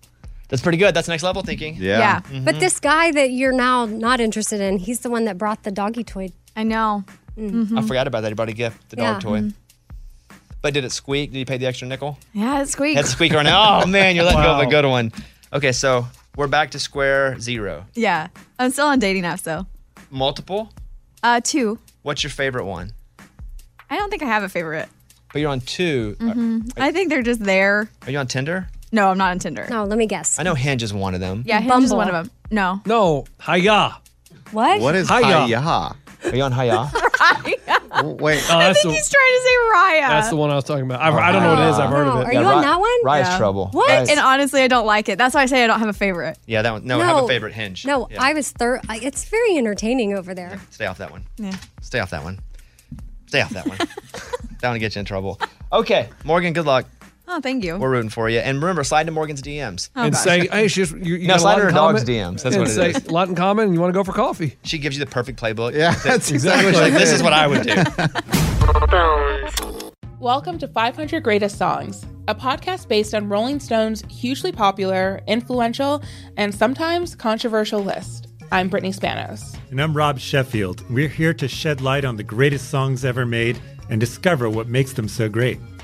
S1: That's pretty good. That's next level thinking.
S3: Yeah. But
S1: Mhm.
S3: this guy that you're now not interested in, he's the one that brought the doggy toy. Mm.
S21: I know. Mm-hmm.
S1: I forgot about that. He brought a gift, the
S3: mm-hmm. Yeah.
S1: dog toy. But did it squeak? Did he pay the extra nickel?
S21: Yeah, it's squeak.
S1: That's squeak on it. Oh man, you're letting go of
S21: Wow.
S1: a good one. Okay, so we're back to square zero.
S21: Yeah. I'm still on dating apps though.
S1: Multiple.
S21: Uh two.
S1: What's your favorite one?
S21: I don't think I have a favorite.
S1: But you're on 2
S3: Mm-hmm.
S21: hmm I think they're just there.
S1: Are you on Tinder?
S21: No, I'm not on Tinder.
S3: No, let me guess.
S1: I know Hinge is one of them.
S21: Yeah, Hinge is one of them. No.
S7: No, hiya.
S21: What?
S1: What is
S7: Hiya.
S1: Are you on hiya? Wait.
S7: Oh,
S21: I think
S7: that's the,
S21: he's trying to say Raya.
S7: that's the one I was talking about. I've, I don't know what it is. I've heard of
S21: Oh,
S7: it.
S21: Are you on that one?
S1: Raya's trouble.
S21: What?
S1: Raya's-
S21: And honestly, I don't like it. That's why I say I don't have a favorite.
S1: Yeah, that one. No, have a favorite Hinge.
S3: No,
S1: Yeah.
S3: I was third. It's very entertaining over there.
S1: Stay off that one.
S21: Yeah.
S1: Stay off that one. Stay off that one. that one gets you in trouble. Okay, Morgan, good luck.
S21: Oh, thank you.
S1: We're rooting for you. And remember, slide into Morgan's DMs.
S7: and say, hey, she's you, you
S1: no,
S7: got a lot
S1: slide
S7: in
S1: into her
S7: common?
S1: dog's DMs. That's
S7: and
S1: what it is.
S7: say, lot in common. and You want to go for coffee?
S1: She gives you the perfect playbook.
S7: Yeah,
S1: that's exactly like, this is what I would do.
S23: Welcome to 500 Greatest Songs, a podcast based on Rolling Stone's hugely popular, influential, and sometimes controversial list. I'm Brittany Spanos.
S13: And I'm Rob Sheffield. We're here to shed light on the greatest songs ever made and discover what makes them so great.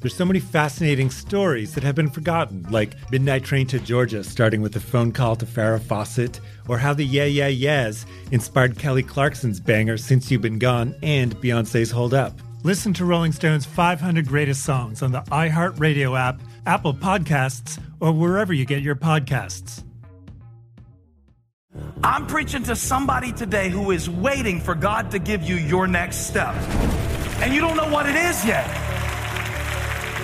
S13: There's so many fascinating stories that have been forgotten, like Midnight Train to Georgia, starting with a phone call to Farrah Fawcett, or how the Yeah Yeah Yeahs inspired Kelly Clarkson's banger Since You've Been Gone and Beyonce's Hold Up.
S24: Listen to Rolling Stone's 500 Greatest Songs on the iHeartRadio app, Apple Podcasts, or wherever you get your podcasts.
S14: I'm preaching to somebody today who is waiting for God to give you your next step. And you don't know what it is yet.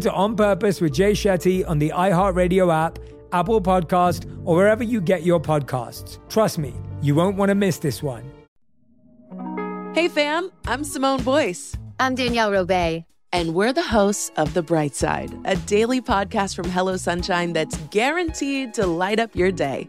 S25: to On Purpose with Jay Shetty on the iHeartRadio app, Apple Podcast, or wherever you get your podcasts. Trust me, you won't want to miss this one.
S26: Hey, fam, I'm Simone Boyce. I'm Danielle Robay,
S18: And we're the hosts of The Bright Side, a daily podcast from Hello Sunshine that's guaranteed to light up your day.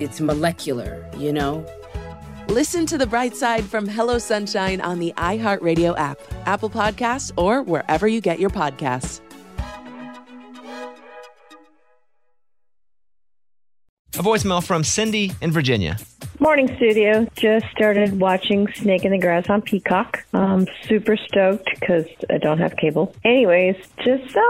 S15: it's molecular, you know?
S18: Listen to The Bright Side from Hello Sunshine on the iHeartRadio app, Apple Podcasts, or wherever you get your podcasts.
S1: A voicemail from Cindy in Virginia.
S16: Morning, studio. Just started watching Snake in the Grass on Peacock. I'm super stoked because I don't have cable. Anyways, just uh,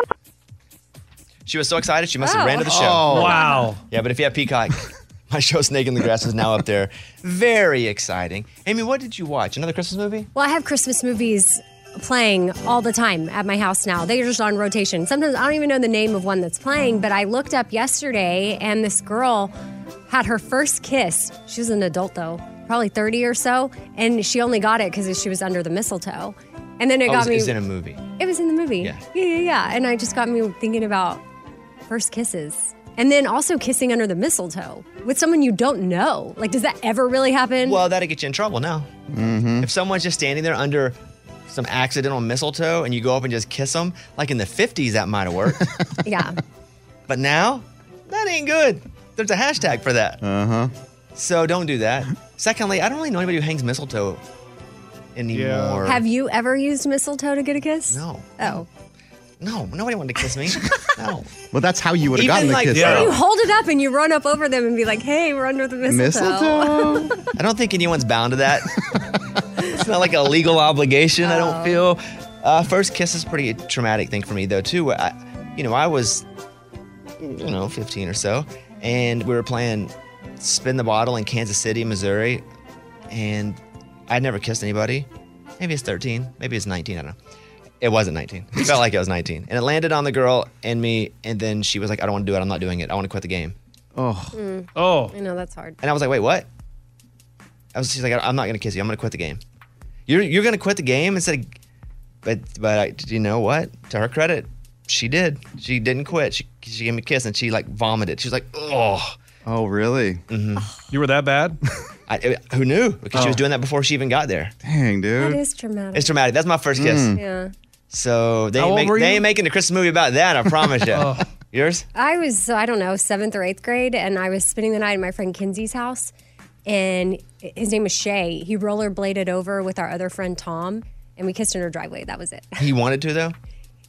S1: She was so excited she must have
S16: Oh.
S1: ran to the show.
S16: Oh,
S7: wow.
S1: Yeah, but if you have Peacock, my show Snake in the Grass is now up there. Very exciting. Amy, what did you watch? Another Christmas movie?
S3: Well, I have Christmas movies playing all the time at my house now. They're just on rotation. Sometimes I don't even know the name of one that's playing, but I looked up yesterday and this girl had her first kiss. She was an adult though, probably 30 or so, and she only got it because she was under the mistletoe. And then it
S1: oh,
S3: got
S1: it's-
S3: me
S1: it's in a movie.
S3: It was in the movie.
S1: Yeah.
S3: yeah, yeah, yeah. And I just got me thinking about first kisses. And then also kissing under the mistletoe with someone you don't know. Like, does that ever really happen?
S1: Well, that'd get you in trouble now. If someone's just standing there under some accidental mistletoe and you go up and just kiss them, like in the 50s, that might have worked.
S3: yeah.
S1: but now, that ain't good. There's a hashtag for that. Uh huh. So don't do that. Secondly, I don't really know anybody who hangs mistletoe anymore.
S3: Have you ever used mistletoe to get a kiss?
S1: No.
S3: Oh.
S1: No, nobody wanted to kiss me. No.
S6: Well, that's how you would have
S1: Even
S6: gotten the
S1: like
S6: kiss.
S1: that.
S6: though.
S3: You hold it up and you run up over them and be like, hey, we're under the mistletoe.
S1: I don't think anyone's bound to that. it's not like a legal obligation. I don't feel. Uh, first kiss is a pretty traumatic thing for me though too. I, you know, I was, you know, 15 or so, and we were playing spin the bottle in Kansas City, Missouri, and I never kissed anybody. Maybe it's 13, maybe it's 19. I don't know. It wasn't 19. It felt like it was 19, and it landed on the girl and me. And then she was like, "I don't want to do it. I'm not doing it. I want to quit the game." Oh.
S3: Mm.
S1: Oh.
S3: I know, that's hard.
S1: And I was like, wait, what? I was she's like, I'm not gonna kiss you. I'm gonna quit the game. You're you're gonna quit the game instead. Of, but but I, you know what? To her credit, she did. She didn't quit. She she gave me a kiss and she like vomited. She was like, oh.
S6: Oh really?
S1: Mm-hmm.
S7: You were that bad?
S1: I, who knew? Because she was
S7: Oh.
S1: doing that before she even got there.
S6: Dang, Mm.
S3: That is traumatic. Mm.
S1: It's traumatic. That's my first kiss. Mm.
S3: Yeah.
S1: So they
S7: How
S1: ain't,
S7: old
S1: make,
S7: were
S1: they
S7: you? Oh.
S1: ain't making a Christmas movie about that. I promise you. Yours?
S3: I was, so I don't know, seventh or eighth grade, and I was spending the night at my friend Kinsey's house, and his name was Shay. He rollerbladed over with our other friend Tom, and we kissed in her driveway. That was it.
S1: He wanted to though.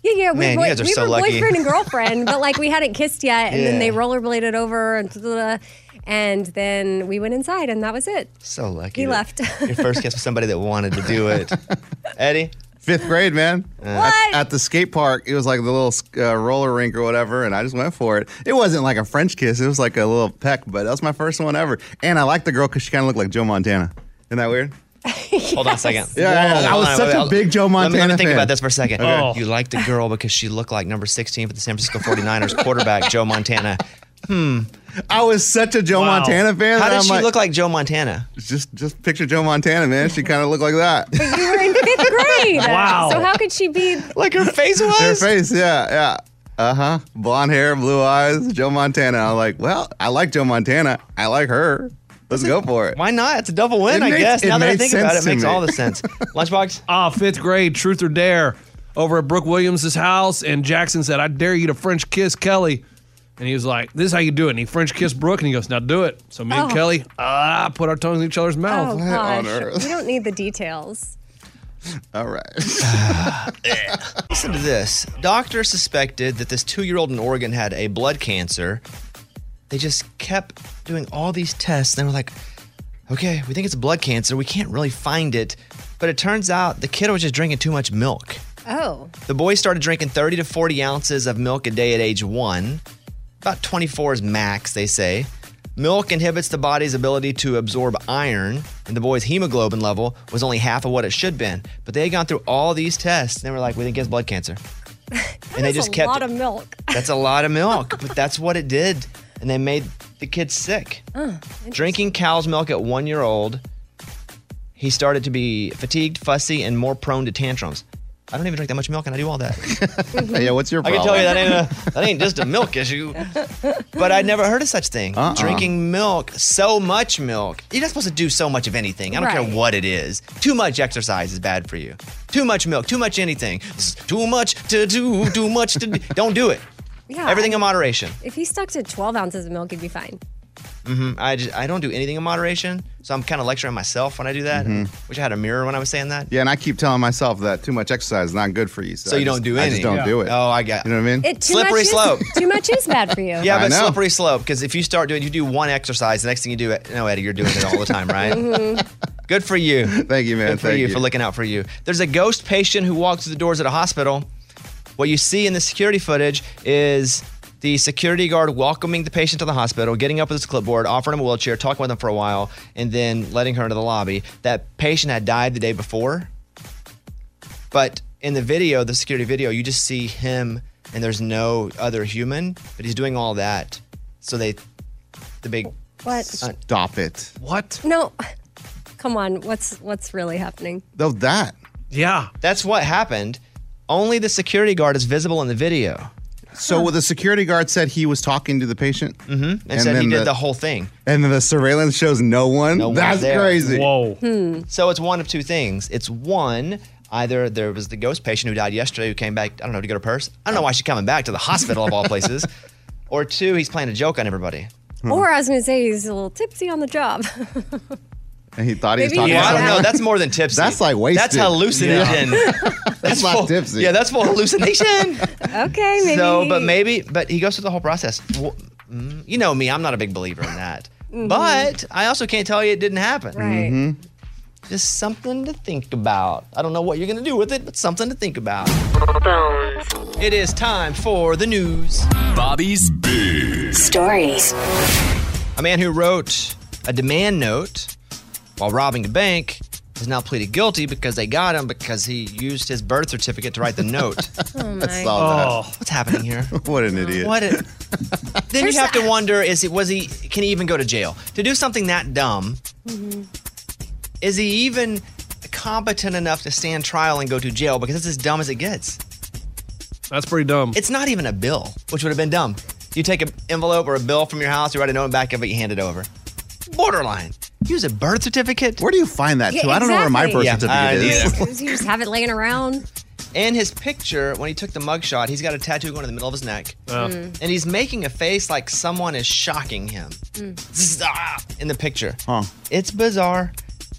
S3: Yeah, yeah, we,
S1: Man,
S3: boy-
S1: you guys are
S3: we
S1: so
S3: were
S1: lucky.
S3: boyfriend and girlfriend, but like we hadn't kissed yet, and
S1: Yeah.
S3: then they rollerbladed over, and blah, blah, blah, and then we went inside, and that was it.
S1: So lucky.
S3: He
S1: that
S3: left.
S1: Your first kiss was somebody that wanted to do it. Eddie? Uh,
S6: Fifth grade, man. At, at the skate park, it was like the little uh, roller rink or whatever, and I just went for it. It wasn't like a French kiss; it was like a little peck. But that was my first one ever, and I liked the girl because she kind of looked like Joe Montana. Isn't that weird?
S1: Hold on a second.
S6: Yeah, yeah, yeah. I was such a big Joe
S1: Let me, let me
S6: Montana
S1: think
S6: fan.
S1: about this for a second.
S6: Okay. Oh.
S1: You liked the girl because she looked like number 16 for the San Francisco 49ers quarterback, Joe Montana. Hmm.
S6: I was such a Joe Montana fan.
S1: How
S6: that
S1: did
S6: I'm
S1: she
S6: like-
S1: look like Joe Montana?
S6: Just, just picture Joe Montana, man. She kind of looked like that.
S3: But you were in fifth grade.
S6: Wow.
S3: So how could she be
S1: like her face
S6: Her face, yeah, yeah. Uh huh. Blonde hair, blue eyes, Joe Montana. I'm like, well, I like Joe Montana. I like her. Let's go for it.
S1: Why not? It's a double win, I guess. Now that I think about it, it makes all the sense. Lunchbox?
S7: Ah, fifth grade, truth or dare, over at Brooke Williams' house. And Jackson said, I dare you to French kiss Kelly. And he was like, This is how you do it. And he French kissed Brooke and he goes, Now do it. So me and
S3: Oh.
S7: Kelly, ah, put our tongues in each other's mouth.
S3: Oh gosh, we don't need the details.
S6: All right.
S1: Listen to this. Doctor suspected that this two year old in Oregon had a blood cancer. They just kept doing all these tests. And they were like, okay, we think it's blood cancer. We can't really find it. But it turns out the kid was just drinking too much milk.
S3: Oh,
S1: The boy started drinking 30 to 40 ounces of milk a day at age one. About 24 is max, they say. Milk inhibits the body's ability to absorb iron, and the boy's hemoglobin level was only half of what it should have been. But they had gone through all these tests, and they were like, we think he has blood cancer. and they
S3: That's
S1: just
S3: a
S1: kept
S3: lot
S1: it.
S3: of milk.
S1: That's a lot of milk, but that's what it did. And they made the kid sick.
S3: Uh,
S1: Drinking cow's milk at one year old, he started to be fatigued, fussy, and more prone to tantrums. I don't even drink that much milk, and I do all that.
S6: yeah, what's your
S1: I
S6: problem?
S1: can tell you that ain't a, that ain't just a milk issue. But I'd never heard of such thing.
S6: Uh-uh.
S1: Drinking milk, so much milk. You're not supposed to do so much of anything. I don't
S19: Right.
S1: care what it is. Too much exercise is bad for you. Too much milk, too much anything. S- Too much to do, too much to do. Don't do it.
S3: yeah.
S1: Everything in moderation.
S3: If he stuck to 12 ounces of milk, he'd be fine.
S1: hmm I, just, I don't do anything in moderation, so I'm kind of lecturing myself when I do that.
S6: Mm-hmm.
S1: Wish I had a mirror when I was saying that.
S6: Yeah, and I keep telling myself that too much exercise is not good for you.
S1: So
S6: I
S1: you don't
S6: just-
S1: do
S6: I
S1: any.
S6: just don't
S1: Yeah.
S6: do it.
S1: Oh, I got.
S6: You know what I mean?
S3: It, too
S1: Slippery
S3: much is-
S1: slope.
S3: too much is bad for you.
S1: Yeah, but slippery slope because if you start doing, you do one exercise, the next thing you do, no, Eddie, you're doing it all the time, right?
S3: Mhm.
S1: Good for you. Thank
S6: you, man.
S1: Good for
S6: Thank
S1: you,
S6: you.
S1: for looking out for you. There's a ghost patient who walked through the doors at a hospital. What you see in the security footage is the security guard welcoming the patient to the hospital, getting up with his clipboard, offering him a wheelchair, talking with him for a while, and then letting her into the lobby. That patient had died the day before, but in the video, the security video, you just see him and there's no other human, but he's doing all that. So they, the big.
S3: What?
S6: Stop it.
S7: What?
S3: No. Come on. What's what's really happening?
S6: Though that.
S7: Yeah.
S1: That's what happened. Only the security guard is visible in the video.
S6: So well, the security guard said he was talking to the patient, mm-hmm, and,
S1: And, said he did the, whole thing.
S6: And then the surveillance shows no one. Hmm.
S1: No one's
S6: That's
S1: there.
S6: crazy.
S1: So it's one of two things. It's one, either there was the ghost patient who died yesterday who came back, I don't know, to go to purse. I don't know why she's coming back to the hospital of all places. Or two, he's playing a joke on everybody.
S3: Or I was going to say he's a little tipsy on the job.
S6: And he thought he was
S3: Maybe
S6: talking.
S3: he
S6: to
S1: I don't know.
S6: someone.
S1: That's more than tipsy.
S6: That's like wasted.
S1: That's hallucinogen.
S6: That's not tipsy.
S1: Yeah, that's full hallucination.
S3: okay, maybe.
S1: So, but maybe, but he goes through the whole process. Wh- mm, You know me, I'm not a big believer in that.
S3: Mhm.
S1: But I also can't tell you it didn't happen.
S3: Right.
S1: Just something to think about. I don't know what you're going to do with it, but something to think about. It is time for the news. Bobby's Big Stories. A man who wrote a demand note while robbing a bank has now pleaded guilty because they got him because he used his birth certificate to write the note.
S3: Oh my.
S1: I saw that. What's happening here?
S6: what an idiot.
S1: What? A, then you have to wonder: Is it was he? Can he even go to jail to do something that dumb? Mm-hmm. Is he even competent enough to stand trial and go to jail? Because it's as dumb as it gets.
S7: That's pretty dumb.
S1: It's not even a bill, which would have been dumb. You take an envelope or a bill from your house, you write a note in the back of it, you hand it over. Borderline. Use a birth certificate.
S6: Where do you find that
S3: Yeah, too? I don't know where my exactly. birth
S6: certificate is.
S3: you just have it laying around.
S1: In his picture, when he took the mugshot, he's got a tattoo going in the middle of his neck.
S3: Oh. Mm.
S1: And he's making a face like someone is shocking him Zzz, ah, in the picture. It's bizarre.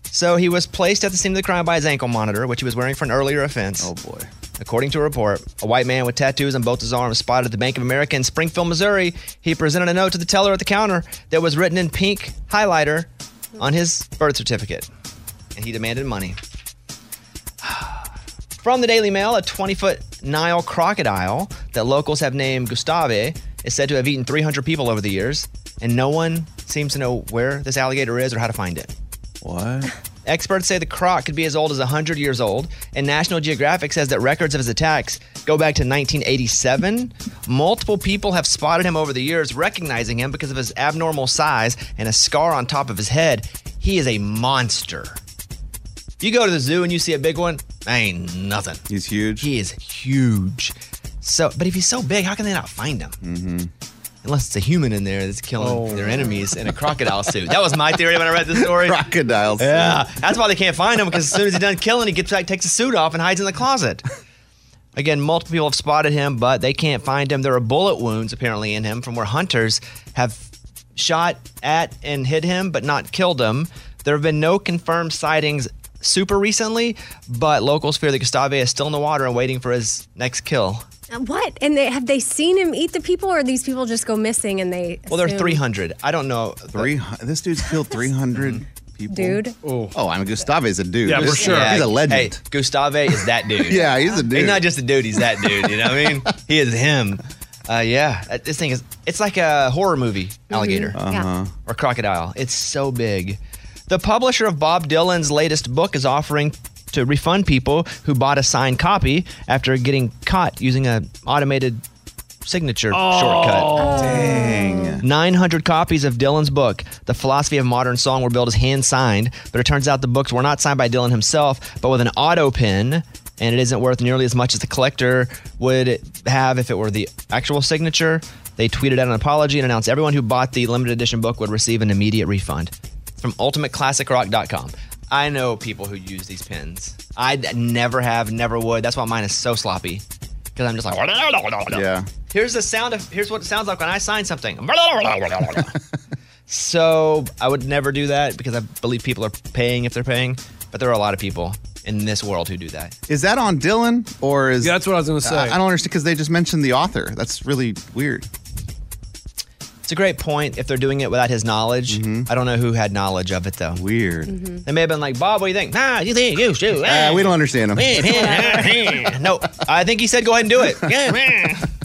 S1: So he was placed at the scene of the crime by his ankle monitor, which he was wearing for an earlier offense. Oh, boy. According to a report, a white man with tattoos on both his arms spotted at the Bank of America in Springfield, Missouri. He presented a note to the teller at the counter that was written in pink highlighter on his birth certificate, and he demanded money. From the Daily Mail, a 20 foot Nile crocodile that locals have named Gustave is said to have eaten 300 people over the years, and no one seems to know where this alligator is or how to find it. What? Experts say the croc could be as old as 100 years old, and National Geographic says that records of his attacks go back to 1987. Multiple people have spotted him over the years, recognizing him because of his abnormal size and a scar on top of his head. He is a monster. You go to the zoo and you see a big one, ain't nothing.
S6: He's huge.
S1: He is huge. So, but if he's so big, how can they not find him? Mm-hmm. Unless it's a human in there that's killing their enemies in a crocodile suit. That was my theory when I read the story.
S6: Crocodile.
S1: Yeah, that's why they can't find him because as soon as he's done killing, he gets back, takes his suit off, and hides in the closet. Again, multiple people have spotted him, but they can't find him. There are bullet wounds apparently in him from where hunters have shot at and hit him, but not killed him. There have been no confirmed sightings super recently, but locals fear that Gustave is still in the water and waiting for his next kill.
S3: Uh, What? And they have they seen him eat the people, or these people just go missing and they?
S1: Well, there are
S3: assume-
S1: 300. I don't know.
S6: Three. This dude's killed 300 people.
S3: Dude.
S6: Oh, oh I mean, Gustave's a dude.
S1: Yeah, for
S6: Just-
S1: sure.
S6: He's a legend.
S1: Hey, Gustave is that dude.
S6: Yeah, he's a dude.
S1: He's not just a dude, he's that dude. You know what I mean? He is him. Uh, yeah, uh, this thing is, it's like a horror movie alligator
S6: Yeah. Uh-huh.
S1: or crocodile. It's so big. The publisher of Bob Dylan's latest book is offering to refund people who bought a signed copy after getting caught using a automated signature shortcut. Dang. 900 copies of Dylan's book, The Philosophy of Modern Song, were billed as hand signed, but it turns out the books were not signed by Dylan himself, but with an auto pen, and it isn't worth nearly as much as the collector would have if it were the actual signature. They tweeted out an apology and announced everyone who bought the limited edition book would receive an immediate refund. From ultimateclassicrock.com. I know people who use these pens. I d- never have, never would. That's why mine is so sloppy. Because I'm just like,
S6: Yeah.
S1: Here's the sound of here's what it sounds like when I sign something. so I would never do that because I believe people are paying if they're paying, but there are a lot of people in this world who do that.
S6: Is that on Dylan or is? Yeah,
S7: that's what I was going
S1: say.
S6: I don't understand because they just mentioned the author. That's really weird.
S1: It's a great point if they're doing it without his knowledge. I don't know who had knowledge of it though.
S6: Mm-hmm. Weird.
S1: They may have been like, Bob, what do you think? Nah, you think you shoot.
S6: Uh, we don't understand him.
S1: no, I think he said go ahead and do it.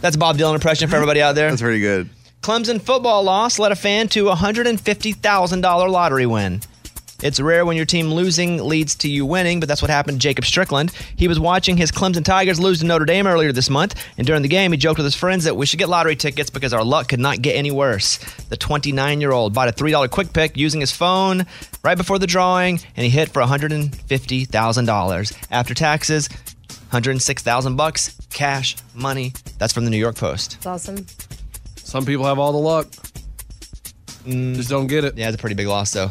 S1: That's a Bob Dylan impression for everybody out there. That's
S6: pretty good.
S1: Clemson football loss led a fan to a $150,000 lottery win. It's rare when your team losing leads to you winning, but that's what happened to Jacob Strickland. He was watching his Clemson Tigers lose to Notre Dame earlier this month, and during the game, he joked with his friends that we should get lottery tickets because our luck could not get any worse. The 29 year old bought a $3 quick pick using his phone right before the drawing, and he hit for $150,000. After taxes, 106,000 bucks, cash, money. That's from the New York Post.
S3: It's awesome.
S7: Some people have all the luck.
S1: Just
S7: don't get it.
S1: Mm. Yeah, it's a pretty big loss, though.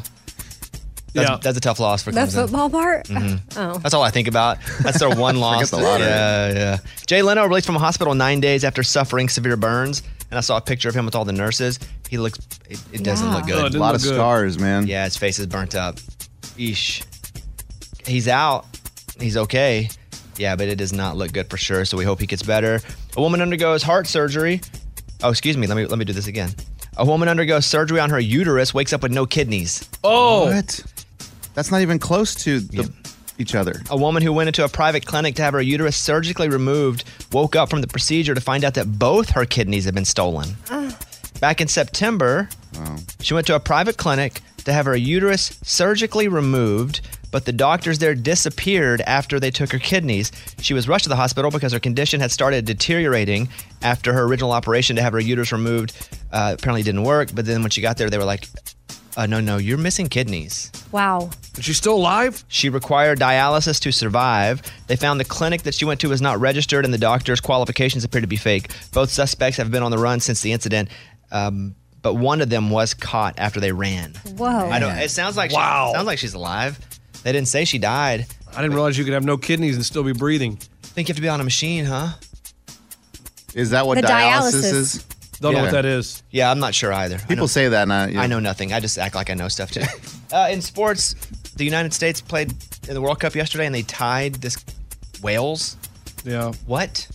S1: That's,
S7: Yeah.
S1: that's a tough loss for
S3: That
S1: Clemson.
S3: football part?
S1: Mhm.
S3: Oh.
S1: That's all I think about. That's their one loss.
S6: the lottery.
S1: Yeah, yeah. Jay Leno released from a hospital nine days after suffering severe burns, and I saw a picture of him with all the nurses. He looks. It, Oh, it doesn't
S6: Yeah.
S1: look
S6: No, it
S1: good.
S6: didn't A lot look of good. scars, man.
S1: Yeah, his face is burnt up. Eesh. He's out. He's okay. Yeah, but it does not look good for sure. So we hope he gets better. A woman undergoes heart surgery. Oh, excuse me. Let me let me do this again. A woman undergoes surgery on her uterus, wakes up with no kidneys.
S7: Oh,
S6: what? That's not even close to the, each other.
S1: A woman who went into a private clinic to have her uterus surgically removed woke up from the procedure to find out that both her kidneys had been stolen.
S5: Uh.
S3: Ah.
S1: Back in September, she went to a private clinic to have her uterus surgically removed, but the doctors there disappeared after they took her kidneys. She was rushed to the hospital because her condition had started deteriorating after her original operation to have her uterus removed. Uh, apparently didn't work, but then when she got there, they were like, uh, no, no, you're missing kidneys.
S3: Wow.
S1: Is she still alive? She required dialysis to survive. They found the clinic that she went to was not registered, and the doctor's qualifications appear to be fake. Both suspects have been on the run since the incident, um, but one of them was caught after they ran.
S3: Whoa.
S1: I don't. It sounds like
S7: Wow.
S1: She, sounds like she's alive. They didn't say she died.
S7: I didn't realize you could have no kidneys and still be breathing.
S1: Think you have to be on a machine, huh?
S6: Is that what
S1: The
S6: dialysis,
S1: dialysis.
S6: is?
S1: Don't know what that
S7: is.
S1: Yeah, I'm not sure either.
S6: People say that, and I, yeah.
S1: I know nothing. I just act like I know stuff too. uh, in sports, the United States played in the World Cup yesterday, and they tied this Wales.
S7: Yeah.
S1: What?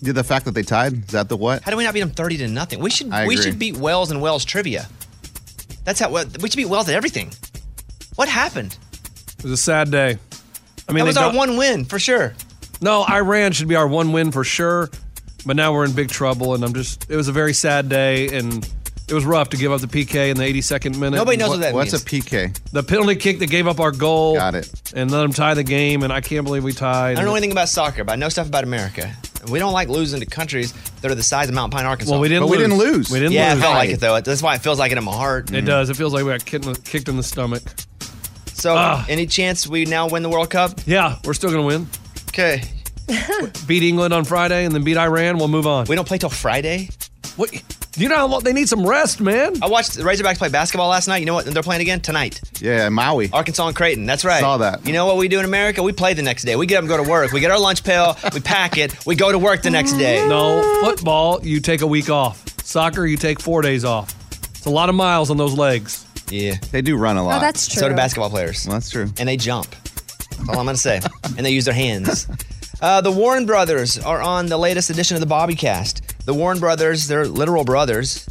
S6: Yeah, the fact that they tied is that the what?
S1: How do we not beat them thirty to nothing? We should.
S6: I
S1: we
S6: agree.
S1: should beat Wells and Wells trivia. That's how we should beat Wells at everything. What happened?
S7: It was a sad day. I mean,
S1: that
S7: they
S1: was our
S7: got-
S1: one win for sure.
S7: No, Iran should be our one win for sure. But now we're in big trouble, and I'm just. It was a very sad day, and it was rough to give up the PK in the 82nd minute.
S1: Nobody knows what that What's means. a
S6: PK?
S7: The penalty kick that gave up our goal. Got
S6: it.
S7: And let them tie the game, and I can't believe we tied.
S1: I don't know anything about soccer, but I know stuff about America. We don't like losing to countries that are the size of Mount Pine, Arkansas.
S7: Well, we didn't. lose. We didn't
S1: yeah,
S7: lose.
S1: I felt like it though. That's why it feels like it in my heart.
S7: It does. It feels like we got kicked in the, kicked in the stomach. Ah.
S1: So, Mm. any chance we now win the World Cup?
S7: Yeah, we're still gonna win.
S1: Okay.
S7: beat England on Friday and then beat Iran. We'll move on. We
S1: don't play till Friday.
S7: What? You know how long they need some rest, man.
S1: I watched the Razorbacks play basketball last night. You know what? They're playing again tonight.
S6: Yeah, Maui.
S1: Arkansas and Creighton. That's right.
S6: Saw that.
S1: You know what we do in America? We play the next day. We get up and go to work. We get our lunch pail. we pack it. We go to work the next day.
S7: No football. You take a week off. Soccer. You take four days off. It's a lot of miles on those legs.
S1: Yeah,
S6: they do run a
S1: lot. Oh, that's So do true. basketball players.
S6: that's true.
S1: And they jump. That's all I'm going to say. and they use their hands. Uh, the Warren brothers are on the latest edition of the Bobbycast. The Warren brothers, they're literal brothers.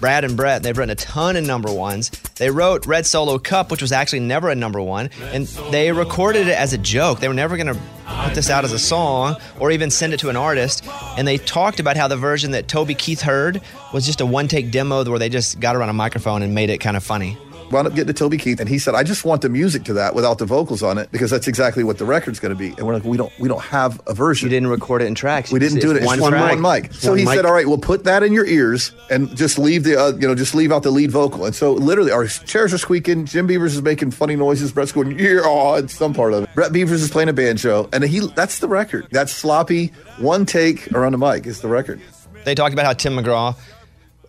S1: Brad and Brett, they've written a ton of number ones. They wrote Red Solo Cup, which was actually never a number one, and they recorded it as a joke. They were never going to put this out as a song or even send it to an artist. And they talked about how the version that Toby Keith heard was just a one take demo where they just got around a microphone and made it kind of funny.
S19: wound up getting to Toby Keith, and he said, "I just want the music to that without the vocals on it because that's exactly what the record's going to be." And we're like, "We don't, we don't have a version. You
S1: didn't record it in tracks.
S19: We didn't
S1: It's-
S19: do it.
S1: it's
S19: It's
S1: one
S19: just one,
S1: track.
S19: one mic." So
S1: One
S19: he
S1: mic.
S19: said, "All right, we'll put that in your ears and just leave the, uh, you know, just leave out the lead vocal." And so literally, our chairs are squeaking. Jim Beavers is making funny noises. Brett's going, "Yeah," at some part of it. Brett Beavers is playing a banjo, and he—that's the record. That's sloppy one take around the mic is the record.
S1: They talked about how Tim McGraw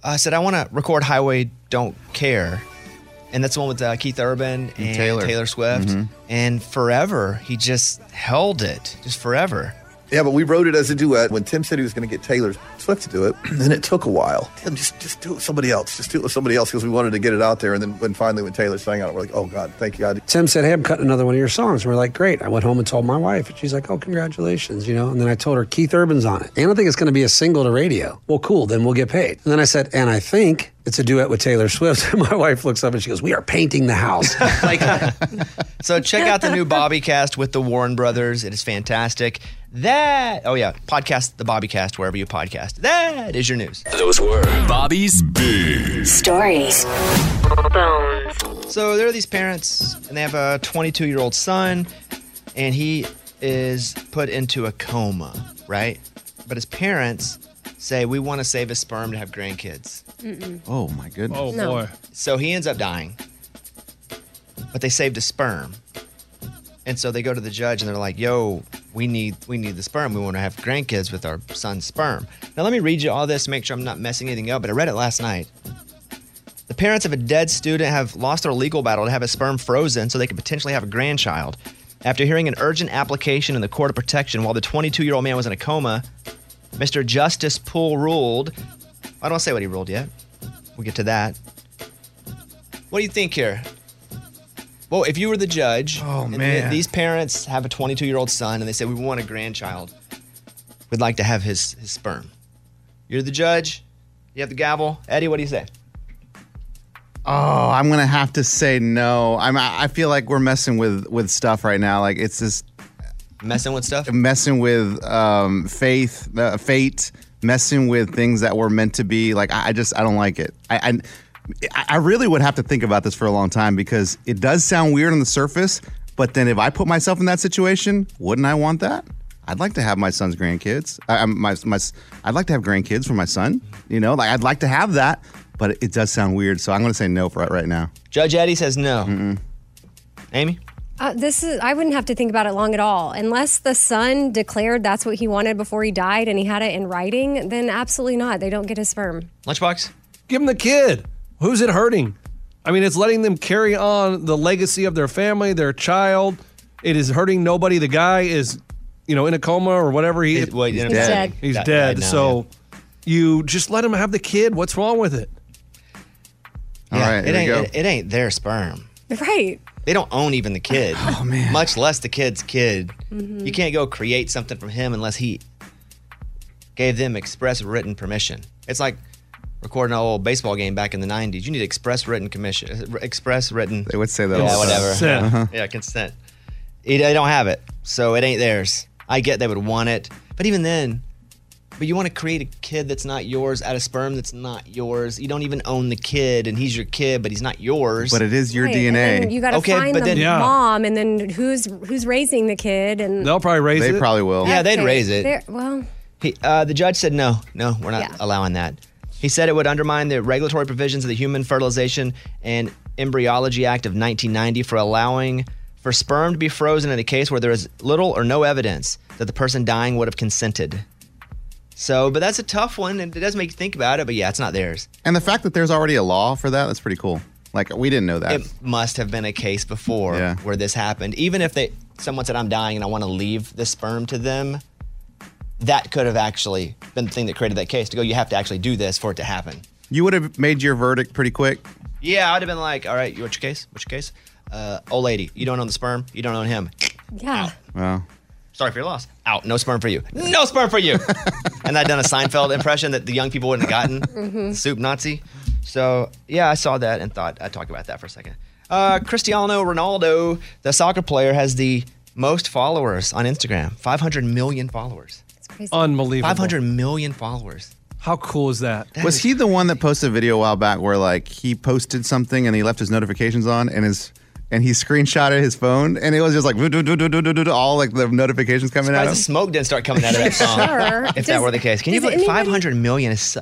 S1: uh, said, I want to record Highway Don't Care. And that's the one with uh, Keith Urban and, Taylor,
S19: Taylor.
S1: Swift.
S19: Mhm.
S1: And forever, he just held it, just forever.
S19: Yeah, but we wrote it as a duet when Tim said he was going to get Taylor Swift to do it, and it took a while. Tim, just just do it with somebody else. Just do it with somebody else because we wanted to get it out there. And then when finally when Taylor sang on it, we're like, oh God, thank you God.
S11: Tim said, Hey, I'm cutting another one of your songs. We're like, Great. I went home and told my wife, and she's like, Oh, congratulations, you know? And then I told her, Keith Urban's on it. And I think it's going to be a single to radio. Well, cool. Then we'll get paid. And then I said, And I think it's a duet with Taylor Swift. And my wife looks up and she goes, We are painting the house.
S1: So check out the new Bobby Cast with the Warren Brothers. It is fantastic. That, oh yeah, podcast the Bobby Cast wherever you podcast. That is your news.
S5: Those were Bobby's Big
S1: Stories. So there are these parents, and they have a 22 year old son, and he is put into a coma, right? But his parents say, We want to save his sperm to have grandkids.
S6: Oh my goodness.
S1: So he ends up dying, but they saved his sperm. And so they go to the judge and they're like, "Yo, we need we need the sperm. We want to have grandkids with our son's sperm." Now let me read you all this, make sure I'm not messing anything up. But I read it last night. The parents of a dead student have lost their legal battle to have his sperm frozen so they could potentially have a grandchild. After hearing an urgent application in the court of protection while the 22-year-old man was in a coma, Mr. Justice Poole ruled. I don't say what he ruled yet. We'll get to that. What do you think here? Well, if you were the judge, oh
S19: man.
S1: these parents have a 22 year old son, and they say we want a grandchild. We'd like to have his his sperm. You're the judge. You have the gavel, Eddie. What do you say?
S6: Oh, I'm gonna have to say no. I'm. I I feel like we're messing with with stuff right now. Like it's just
S1: messing with stuff.
S6: Messing with um, faith, uh, fate. Messing with things that were meant to be. Like I, I just I don't like it. I, I I really would have to think about this for a long time because it does sound weird on the surface. But then if I put myself in that situation, wouldn't I want that? I'd like to have my son's grandkids. I, I'm- my, my, I'd like to have grandkids for my son. You know, like I'd like to have that, but it does sound weird. So I'm going to say no for right, right now.
S1: Judge Eddie says no. Amy?
S3: Uh, this is I wouldn't have to think about it long at all. Unless the son declared that's what he wanted before he died and he had it in writing, then absolutely not. They don't get his sperm.
S1: Lunchbox?
S7: Give him the kid. Who's it hurting? I mean, it's letting them carry on the legacy of their family, their child. It is hurting nobody. The guy is, you know, in a coma or whatever. He,
S1: he's He's dead. dead.
S7: He's
S1: Died-
S7: dead.
S1: died now,
S7: so you just let him have the kid. What's wrong with it?
S1: All right,
S7: here
S1: it
S7: we
S1: ain't,
S7: go.
S1: It, it ain't their sperm.
S3: Right.
S1: They don't own even the kid. Oh man. Much less the kid's kid.
S3: Mm-hmm.
S1: You can't go create something from him unless he gave them express written permission. It's like recording an old baseball game back in the '90s. You need express written commission, express written. They
S6: would say that.
S1: Yeah,
S6: all the time.
S1: whatever.
S6: Consent.
S1: Yeah.
S6: Uh-huh.
S1: Yeah, consent. It- They don't have it, so it ain't theirs. I get they would want it, but even then, but you want to create a kid that's not yours out of sperm that's not yours. You don't even own the kid, and he's your kid, but he's not yours.
S6: But it is
S3: Right, and then You got to find the mom, and then who's who's raising the kid, and
S1: They'll
S7: probably
S1: raise They it. probably will. Yeah, they'd
S3: Okay,
S1: raise it.
S3: there- Well,
S1: He, uh, the judge said no, no, we're not
S3: Yeah.
S1: allowing that. He said it would undermine the regulatory provisions of the Human Fertilization and Embryology Act of 1990 for allowing for sperm to be frozen in a case where there is little or no evidence that the person dying would have consented. So, but that's a tough one, and it does make you think about it. But yeah, it's not theirs.
S6: And the fact that there's already a law for that, that's pretty cool. Like we didn't know that.
S1: It must have been a case before where this happened. Even if they someone said, "I'm dying and I want to leave the sperm to them," that could have actually been the thing that created that case. To go, you have to actually do this for it to happen.
S6: you would have made your verdict pretty quick.
S1: Yeah, I'd have been like, "All right, you what's your case? What's your case? Uh, old lady, you don't own the sperm. You don't own him.
S3: yeah.
S6: Wow.
S1: Sorry for your loss. Out. No sperm for you. No sperm for you." and I'd done a Seinfeld impression that the young people wouldn't have gotten.
S3: Mhm.
S1: Soup Nazi. So yeah, I saw that and thought I'd talk about that for a second. Uh, Cristiano Ronaldo, the soccer player, has the most followers on Instagram. 500 million followers.
S3: It's crazy.
S7: Unbelievable.
S1: 500 million followers.
S7: How cool is that?
S6: Was he the one that posted a video a while back where like he posted something and he left his notifications on and his and he screenshotted his phone and it was just like "Doo, doo, doo, doo, doo, doo, doo," all like the notifications coming out.
S1: Surprised the smoke didn't start coming out of that song.
S6: Sure.
S1: If
S6: Does-
S1: that were the case, can you
S6: does
S1: believe
S6: anyone-
S1: five hundred million? Is, su-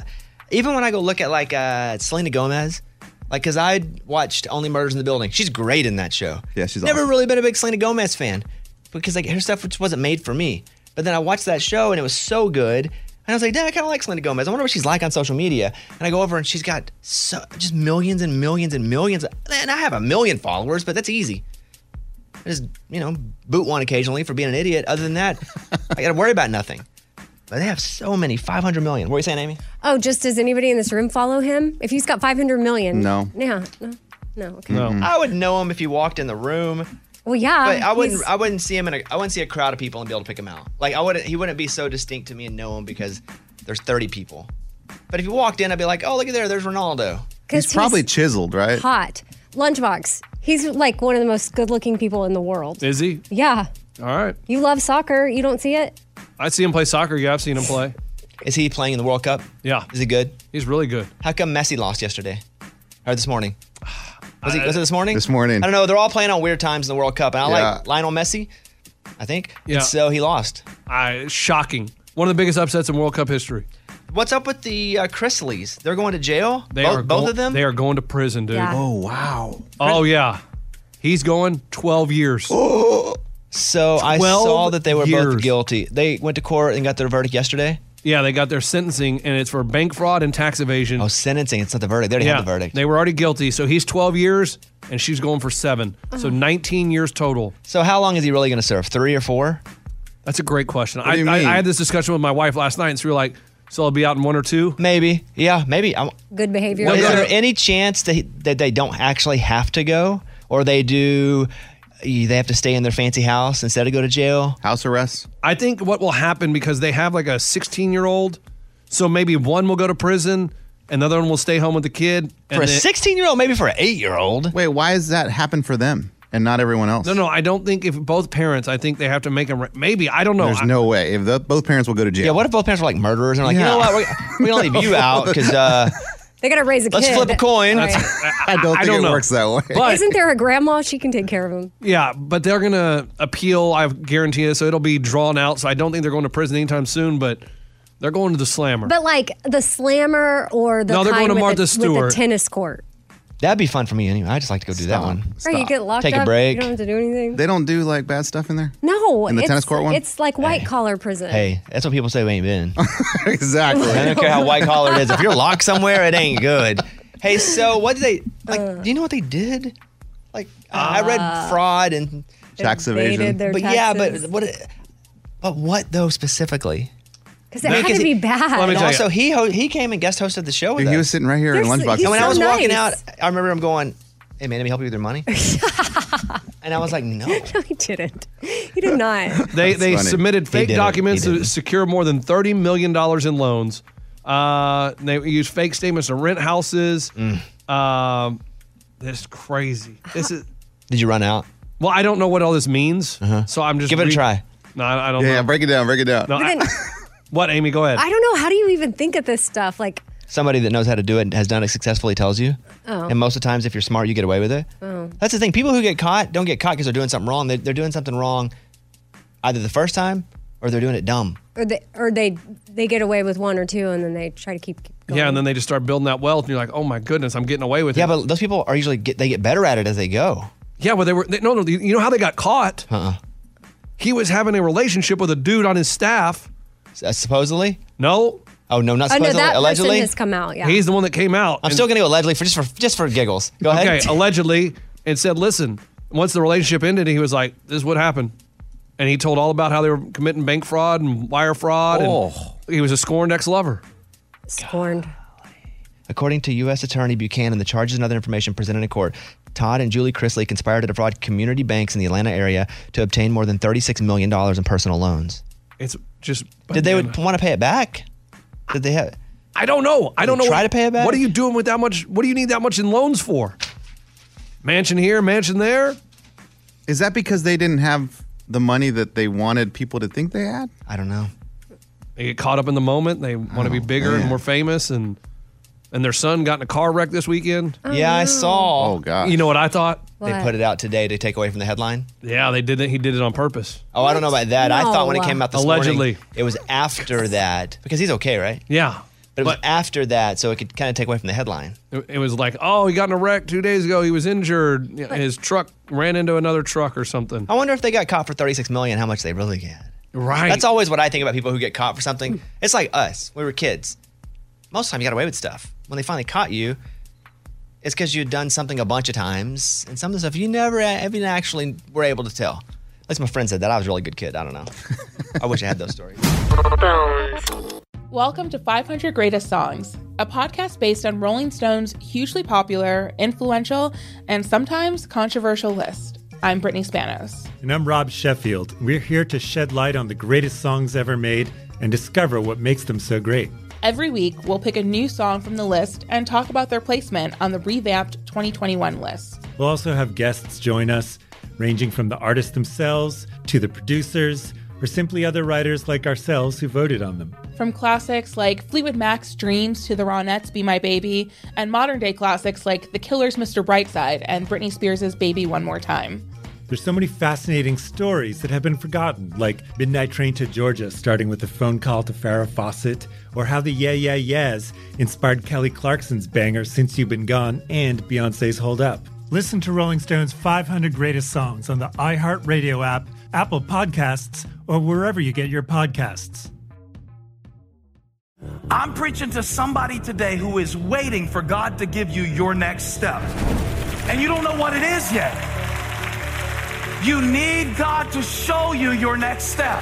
S1: even when I go look at like uh, Selena Gomez, like because I watched Only Murders in the Building, she's great in that show.
S6: Yeah, she's
S1: Never really been a big Selena Gomez fan because like her stuff just wasn't made for me. But then I watched that show and it was so good, and I was like, "Dang, I kind of like Selena Gomez. I wonder what she's like on social media." And I go over and she's got so just millions and millions and millions. And I have a million followers, but that's easy. I just, you know, boot one occasionally for being an idiot. Other than that, I got to worry about nothing. But they have so many, 500 million. What are you saying, Amy?
S3: Oh, just does anybody in this room follow him? If he's got 500 million.
S1: No.
S3: Yeah. No. No. Okay.
S1: I would know him if he walked in the room.
S3: Well, yeah.
S1: but I wouldn't.
S3: he's-
S1: I wouldn't see him in a. I wouldn't see a crowd of people and be able to pick him out. Like I wouldn't. He wouldn't be so distinct to me and know him because there's 30 people. But if he walked in, I'd be like, oh look at there, there's Ronaldo.
S3: 'Cause he's probably he's
S6: chiseled, right?
S3: Hot. Lunchbox. He's like one of the most good-looking people in the world.
S7: Is he?
S3: Yeah.
S7: All right.
S3: You love soccer. You don't see it?
S7: I see him play soccer. Yeah, I've seen him play.
S1: Is he playing in the World Cup?
S7: Yeah.
S1: Is he good?
S7: He's really good.
S1: How come Messi lost yesterday? Or this morning? Was, he,
S6: I-
S1: was it this morning?
S6: This morning.
S1: I don't know. They're all playing on weird times in the World Cup, and I
S6: Yeah.
S1: like Lionel Messi. I think. uh, And
S7: Yeah.
S1: so he lost.
S7: I shocking. One of the biggest upsets in World Cup history.
S1: What's up with the uh, Chrisleys? They're going to jail.
S7: They
S1: both,
S7: are
S1: both
S7: go-
S1: of them.
S7: They are going to prison, dude.
S1: Yeah. Oh,
S7: wow. Oh yeah. He's going 12 years.
S1: So I
S7: 12
S1: saw that they were
S7: years.
S1: both guilty. They went to court and got their verdict yesterday.
S7: Yeah, they got their sentencing, and it's for bank fraud and tax evasion. Oh,
S1: sentencing. It's not the verdict. They already
S7: yeah,
S1: had the verdict.
S7: They were already guilty. So he's 12 years, and she's going for seven. So 19 years total.
S1: Uh-huh. So how long is he really going to serve? Three or four?
S7: That's a great question.
S1: do
S7: I,
S1: you
S7: I,
S1: mean?
S7: I had this discussion with my wife last night, and so we were like, so I'll be out in one or two?
S1: Maybe. Yeah, maybe. I'm,
S3: Good behavior.
S1: is there any chance that, he- that they don't actually have to go, or they do? They have to stay in their fancy house instead of go to jail.
S6: House arrest.
S7: I think what will happen because they have like a 16 year old, so maybe one will go to prison, and the other one will stay home with the kid.
S6: For a
S1: 16 year old, maybe for an eight year old.
S6: Wait, why does that happen for them and not everyone else?
S7: No, no, I don't think if both parents, I think they have to make them. re- Maybe I don't know.
S6: There's
S7: I-
S6: no way. If the, both parents will go to jail. Yeah,
S1: what if both parents were like murderers and
S7: like, you know what,
S1: we're, We're gonna leave you out because uh,
S3: They gotta raise a
S1: let's
S3: kid.
S1: flip a coin.
S3: Right.
S6: I don't
S7: I
S6: think
S7: don't
S6: it
S7: know.
S6: works that way.
S3: Isn't there a grandma? She can take care of him.
S7: Yeah, but they're gonna appeal. I guarantee it. So it'll be drawn out. So I don't think they're going to prison anytime soon. But they're going to the slammer.
S3: But like the slammer or the
S7: No, they're
S3: kind
S7: going to
S3: with
S7: Martha
S3: the,
S7: Stewart.
S3: with the tennis court.
S1: That'd be fun for me anyway. I just like to go do that one.
S3: Right, you get locked
S1: Take
S3: up.
S1: a break.
S3: You don't have to do anything.
S6: They don't do like bad stuff in there.
S3: No,
S6: In the
S3: it's,
S6: tennis court one?
S3: It's like white collar prison.
S1: Hey, that's what people say we ain't been.
S6: exactly.
S1: I don't care how white collar it is. If you're locked somewhere, it ain't good. Hey, so what did they like? do you know what they did? Like I I read fraud and
S6: Tax evasion. Invaded their
S1: but yeah,
S6: taxes.
S1: but what? But what though Oh, specifically?
S3: Because it had to be bad.
S1: and also, he ho- he came and guest hosted the show with
S6: Dude,
S1: us.
S6: he was sitting right here in
S1: You're so-
S6: lunchbox.
S1: And when I was walking out,
S3: nice.
S1: I remember him going, "Hey man, let me help you with your money." and I was like, "No."
S3: no, he didn't. He did not.
S7: they they submitted
S1: He
S7: fake
S1: did it.
S7: documents
S1: He did
S7: to secure more than thirty million dollars in loans. Uh, they used fake statements to rent houses.
S1: Mm.
S7: Um, this is crazy. This is
S1: Did you run out? Uh-huh.
S7: well. I don't know what all this means, so I'm just
S1: Give it a try.
S7: No, I I don't.
S6: Yeah,
S7: know.
S6: yeah, break it down. Break it down.
S7: No, I- what, Amy? Go ahead.
S3: I don't know. How do you even think of this stuff? Like,
S1: Somebody that knows how to do it and has done it successfully tells you.
S3: Oh.
S1: And most of the times, if you're smart, you get away with it.
S3: oh.
S1: That's the thing. People who get caught don't get caught because they're doing something wrong. They're, they're doing something wrong either the first time or they're doing it dumb.
S3: Or they, or they they get away with one or two, and then they try to keep.
S7: Yeah, and then they just start building that wealth, and you're like, oh my goodness, I'm getting away with
S1: Yeah,
S7: it.
S1: but those people are usually get they get better at it as they go.
S7: Yeah, well, they were they, no, no. You know how they got caught?
S1: Uh-uh.
S7: He was having a relationship with a dude on his staff.
S1: uh, supposedly?
S7: No.
S1: Oh no, not
S3: oh no,
S1: supposedly.
S3: that
S1: allegedly,
S3: person has come out. Yeah.
S7: He's the one that came out.
S1: I'm still gonna go allegedly for just for just for giggles. Go ahead.
S7: Okay, allegedly, and said, listen, once the relationship ended, he was like, this is what happened. And he told all about how they were committing bank fraud and wire fraud.
S1: Oh.
S7: And he was a scorned ex lover.
S3: Scorned.
S1: According to U.S. Attorney Buchanan, the charges and other information presented in court, Todd and Julie Chrisley conspired to defraud community banks in the Atlanta area to obtain more than $36 million in personal loans.
S7: It's just.
S1: Did they would want to pay it back? Did they have?
S7: I don't know. I
S1: Did
S7: don't
S1: they
S7: know.
S1: Try
S7: what-
S1: to pay it back.
S7: What are you doing with that much? What do you need that much in loans for? Mansion here, mansion there.
S6: Is that because they didn't have the money that they wanted people to think they had?
S1: I don't know.
S7: They get caught up in the moment. They want
S1: Oh,
S7: to be bigger and more famous. And and their son got in a car wreck this weekend.
S1: Oh, Yeah, I no. saw.
S6: Oh god.
S7: You know what I thought?
S1: They put it out today to take away from the headline.
S7: Yeah, they did it. He did it on purpose.
S1: Oh, I don't know about that. I thought when it
S7: No.
S1: came out this
S7: Allegedly.
S1: morning, it was after that because he's okay, right?
S7: Yeah,
S1: but it was after that, so it could kind of take away from the headline.
S7: It it was like, oh, he got in a wreck two days ago. He was injured. Yeah, His truck ran into another truck or something.
S1: I wonder if they got caught for thirty-six million. How much they really get?
S7: Right.
S1: That's always what I think about people who get caught for something. It's like us. We were kids. Most of the time, you got away with stuff. When they finally caught you, it's because you'd done something a bunch of times, and some of the stuff you never a- even actually were able to tell. At least my friend said that. I was a really good kid. I don't know. I wish I had those stories.
S27: Welcome to 500 Greatest Songs, a podcast based on Rolling Stone's hugely popular, influential, and sometimes controversial list. I'm Brittany Spanos.
S13: And I'm Rob Sheffield. We're here to shed light on the greatest songs ever made and discover what makes them so great.
S27: Every week, we'll pick a new song from the list and talk about their placement on the revamped 2021 list.
S13: We'll also have guests join us, ranging from the artists themselves to the producers or simply other writers like ourselves who voted on them.
S27: From classics like Fleetwood Mac's Dreams to the Ronettes' Be My Baby, and modern day classics like The Killer's Mr. Brightside and Britney Spears' Baby One More Time.
S13: There's so many fascinating stories that have been forgotten, like Midnight Train to Georgia, starting with a phone call to Farrah Fawcett, or how the Yeah Yeah Yeahs inspired Kelly Clarkson's banger Since You've Been Gone and Beyonce's Hold Up.
S23: Listen to Rolling Stone's 500 greatest songs on the iHeartRadio app, Apple Podcasts, or wherever you get your podcasts.
S14: I'm preaching to somebody today who is waiting for God to give you your next step. And you don't know what it is yet. You need God to show you your next step.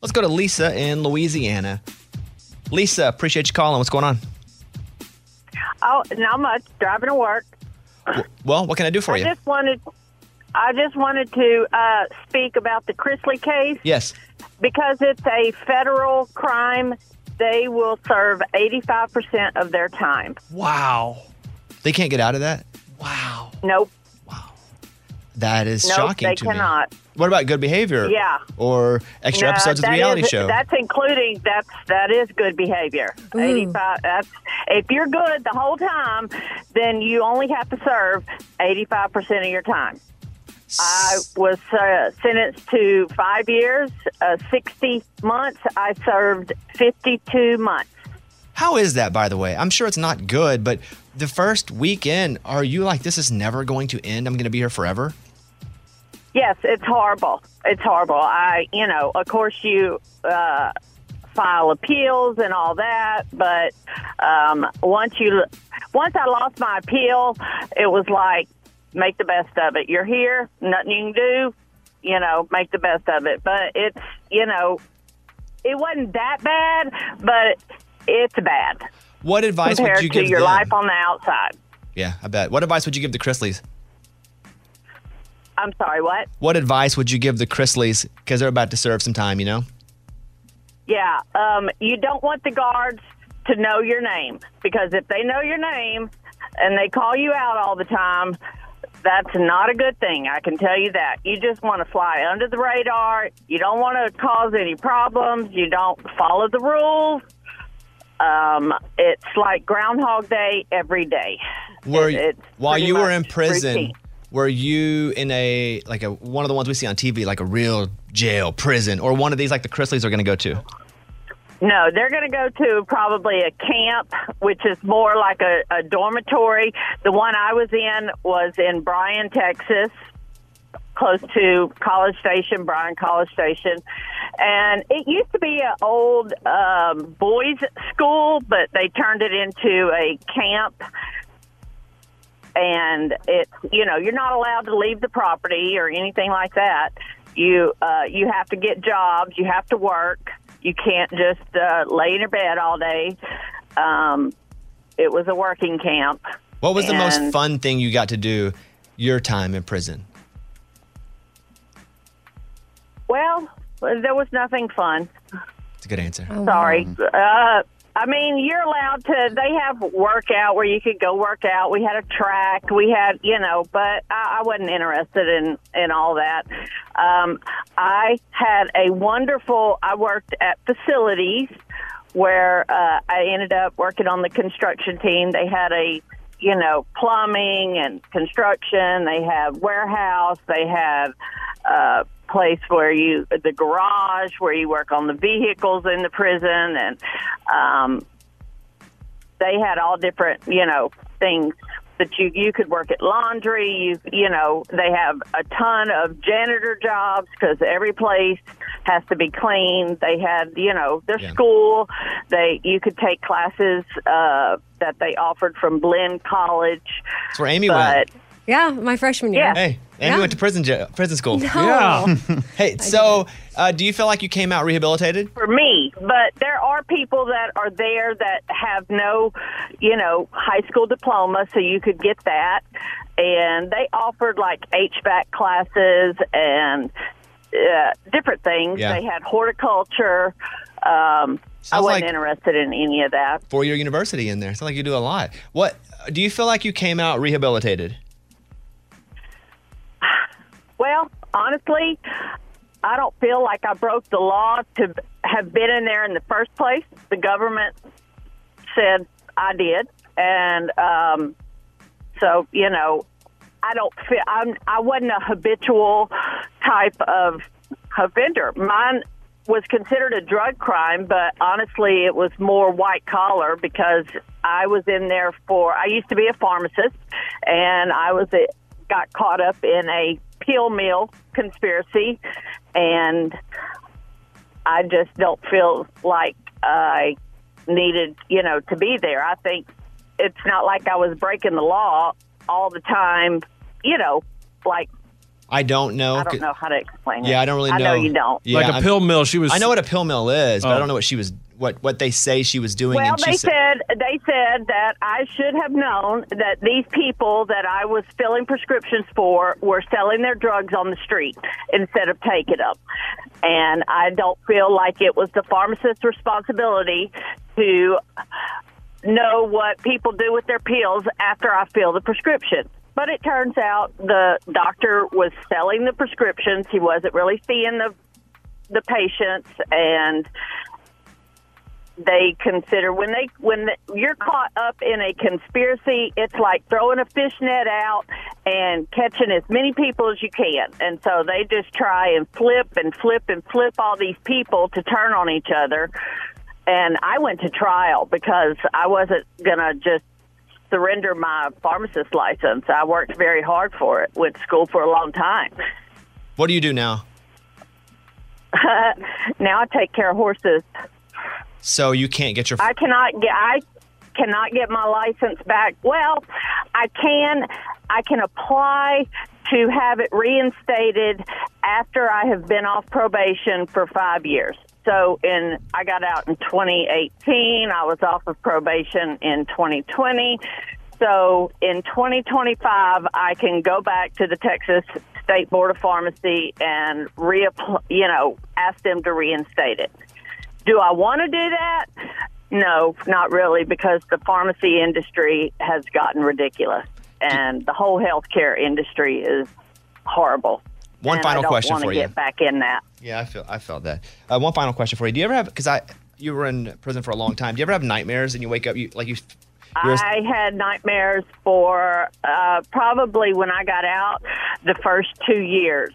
S1: Let's go to Lisa in Louisiana. Lisa, appreciate you calling. What's going on?
S17: Oh, not much. Driving to work.
S1: Well, what can I do for
S9: Uh, I
S1: you?
S9: just wanted, I just wanted to uh, speak about the Chrisley case
S1: Yes.
S9: because it's a federal crime. They will serve eighty-five percent of their time.
S1: Wow. They can't get out of that?
S9: Nope,
S1: That is
S9: nope,
S1: shocking
S9: they
S1: to me.
S9: cannot.
S1: What about good behavior?
S9: Yeah.
S1: Or extra
S9: No,
S1: episodes of the
S9: that
S1: reality
S9: is-
S1: show?
S9: That's including that's that is good behavior. Eighty-five. That's if you're good the whole time, then you only have to serve eighty-five percent of your time. I was uh, sentenced to five years, uh, sixty months. I served fifty-two months.
S1: How is that, by the way? I'm sure it's not good, but the first weekend, are you like, this is never going to end? I'm going to be here forever?
S9: Yes, it's horrible. It's horrible. I, you know, of course you uh, file appeals and all that, but um, once you, once I lost my appeal, it was like make the best of it. You're here, nothing you can do. You know, make the best of it. But it's, you know, it wasn't that bad, but it's bad
S1: What advice
S9: compared
S1: would you
S9: to
S1: give
S9: your
S1: them?
S9: life on the outside.
S1: Yeah, I bet. What advice would you give the Chrisleys?
S9: I'm sorry, what?
S1: What advice would you give the Chrisleys? Because they're about to serve some time, you know?
S9: Yeah, um, you don't want the guards to know your name because if they know your name and they call you out all the time, that's not a good thing. I can tell you that. You just want to fly under the radar. You don't want to cause any problems. You don't follow the rules. Um, it's like Groundhog Day every day.
S1: Were you,
S9: it's
S1: while
S9: pretty
S1: you were in
S9: much
S1: prison,
S9: routine.
S1: were you in a like a one of the ones we see on TV, like a real jail, prison, or one of these like the Chrisleys are going to go to?
S9: No, they're going to go to probably a camp, which is more like a, a dormitory. The one I was in was in Bryan, Texas, close to College Station, Bryan College Station. And it used to be an old um, boys' school, but they turned it into a camp. And it's, you know, you're not allowed to leave the property or anything like that. You, uh, you have to get jobs, you have to work. You can't just uh, lay in your bed all day. Um, it was a working camp.
S1: What was the most
S9: And-
S1: fun thing you got to do your time in prison?
S9: Well, there was nothing fun.
S1: It's a good answer.
S9: Sorry. Uh, I mean, you're allowed to. They have workout where you could go work out. We had a track. We had, you know, but I, I wasn't interested in in all that. Um, I had a wonderful. I worked at facilities where uh, I ended up working on the construction team. They had a, you know, plumbing and construction. They had warehouse. They had uh, place where you the garage where you work on the vehicles in the prison, and um, they had all different, you know, things. That you you could work at laundry, you you know they have a ton of janitor jobs because every place has to be clean. They had you know their school, they you could take classes uh, that they offered from Blinn College.
S1: That's where Amy
S9: But-
S1: went.
S9: Yeah, my freshman year.
S1: Hey, Amy went to prison jail, prison school.
S9: No. Yeah.
S1: hey, so uh, do you feel like you came out rehabilitated?
S9: for me, but there are people that are there that have no, you know, high school diploma, so you could get that. And they offered like HVAC classes and uh, different things.
S1: Yeah.
S9: They had horticulture. Um, I
S1: Sounds
S9: wasn't
S1: like-
S9: interested in any of that.
S1: Four year university in there. Sounds like you do a lot. What do you feel like you came out rehabilitated?
S9: Well, honestly, I don't feel like I broke the law to have been in there in the first place. The government said I did, and um, so you know, I don't feel I'm, I wasn't a habitual type of offender. Mine was considered a drug crime, but honestly, it was more white collar because I was in there for. I used to be a pharmacist, and I was a, got caught up in a pill mill conspiracy, and I just don't feel like I needed, you know, to be there. I think it's not like I was breaking the law all the time, you know, like
S1: I don't know.
S9: I don't know how to explain it.
S1: Yeah, I don't really know.
S9: I know you don't.
S1: Yeah,
S7: Like a
S1: I'm-
S7: pill mill, she was-
S1: I know what a pill mill is, but I
S7: Oh.
S1: don't know what she was what what they say she was doing.
S9: Well,
S1: and she
S9: they said they said that I should have known that these people that I was filling prescriptions for were selling their drugs on the street instead of taking them, and I don't feel like it was the pharmacist's responsibility to know what people do with their pills after I fill the prescription. But it turns out the doctor was selling the prescriptions. He wasn't really seeing the the patients and they consider when they when the, you're caught up in a conspiracy it's like throwing a fishnet out and catching as many people as you can and so they just try and flip and flip and flip all these people to turn on each other and i went to trial because i wasn't going to just surrender my pharmacist license i worked very hard for it went to school for a long time
S1: What do you do now?
S9: now i take care of horses
S1: So you can't get your.
S9: I cannot get I cannot get my license back. Well, I can I can apply to have it reinstated after I have been off probation for 5 years. So in I got out in 2018, I was off of probation in 2020. So in 2025, I can go back to the Texas State Board of Pharmacy and reapply, you know, ask them to reinstate it. Do I want to do that? No, not really, because the pharmacy industry has gotten ridiculous, and the whole healthcare industry is horrible.
S1: One
S9: And
S1: final
S9: I don't
S1: question
S9: wanna
S1: for you.
S9: Get back in that.
S1: yeah, I feel I felt that. Uh, one final question for you: Do you ever have? Because I you were in prison for a long time. Do you ever have nightmares and you wake up you like you? you're a-
S9: I had nightmares for uh, probably when I got out the first two years.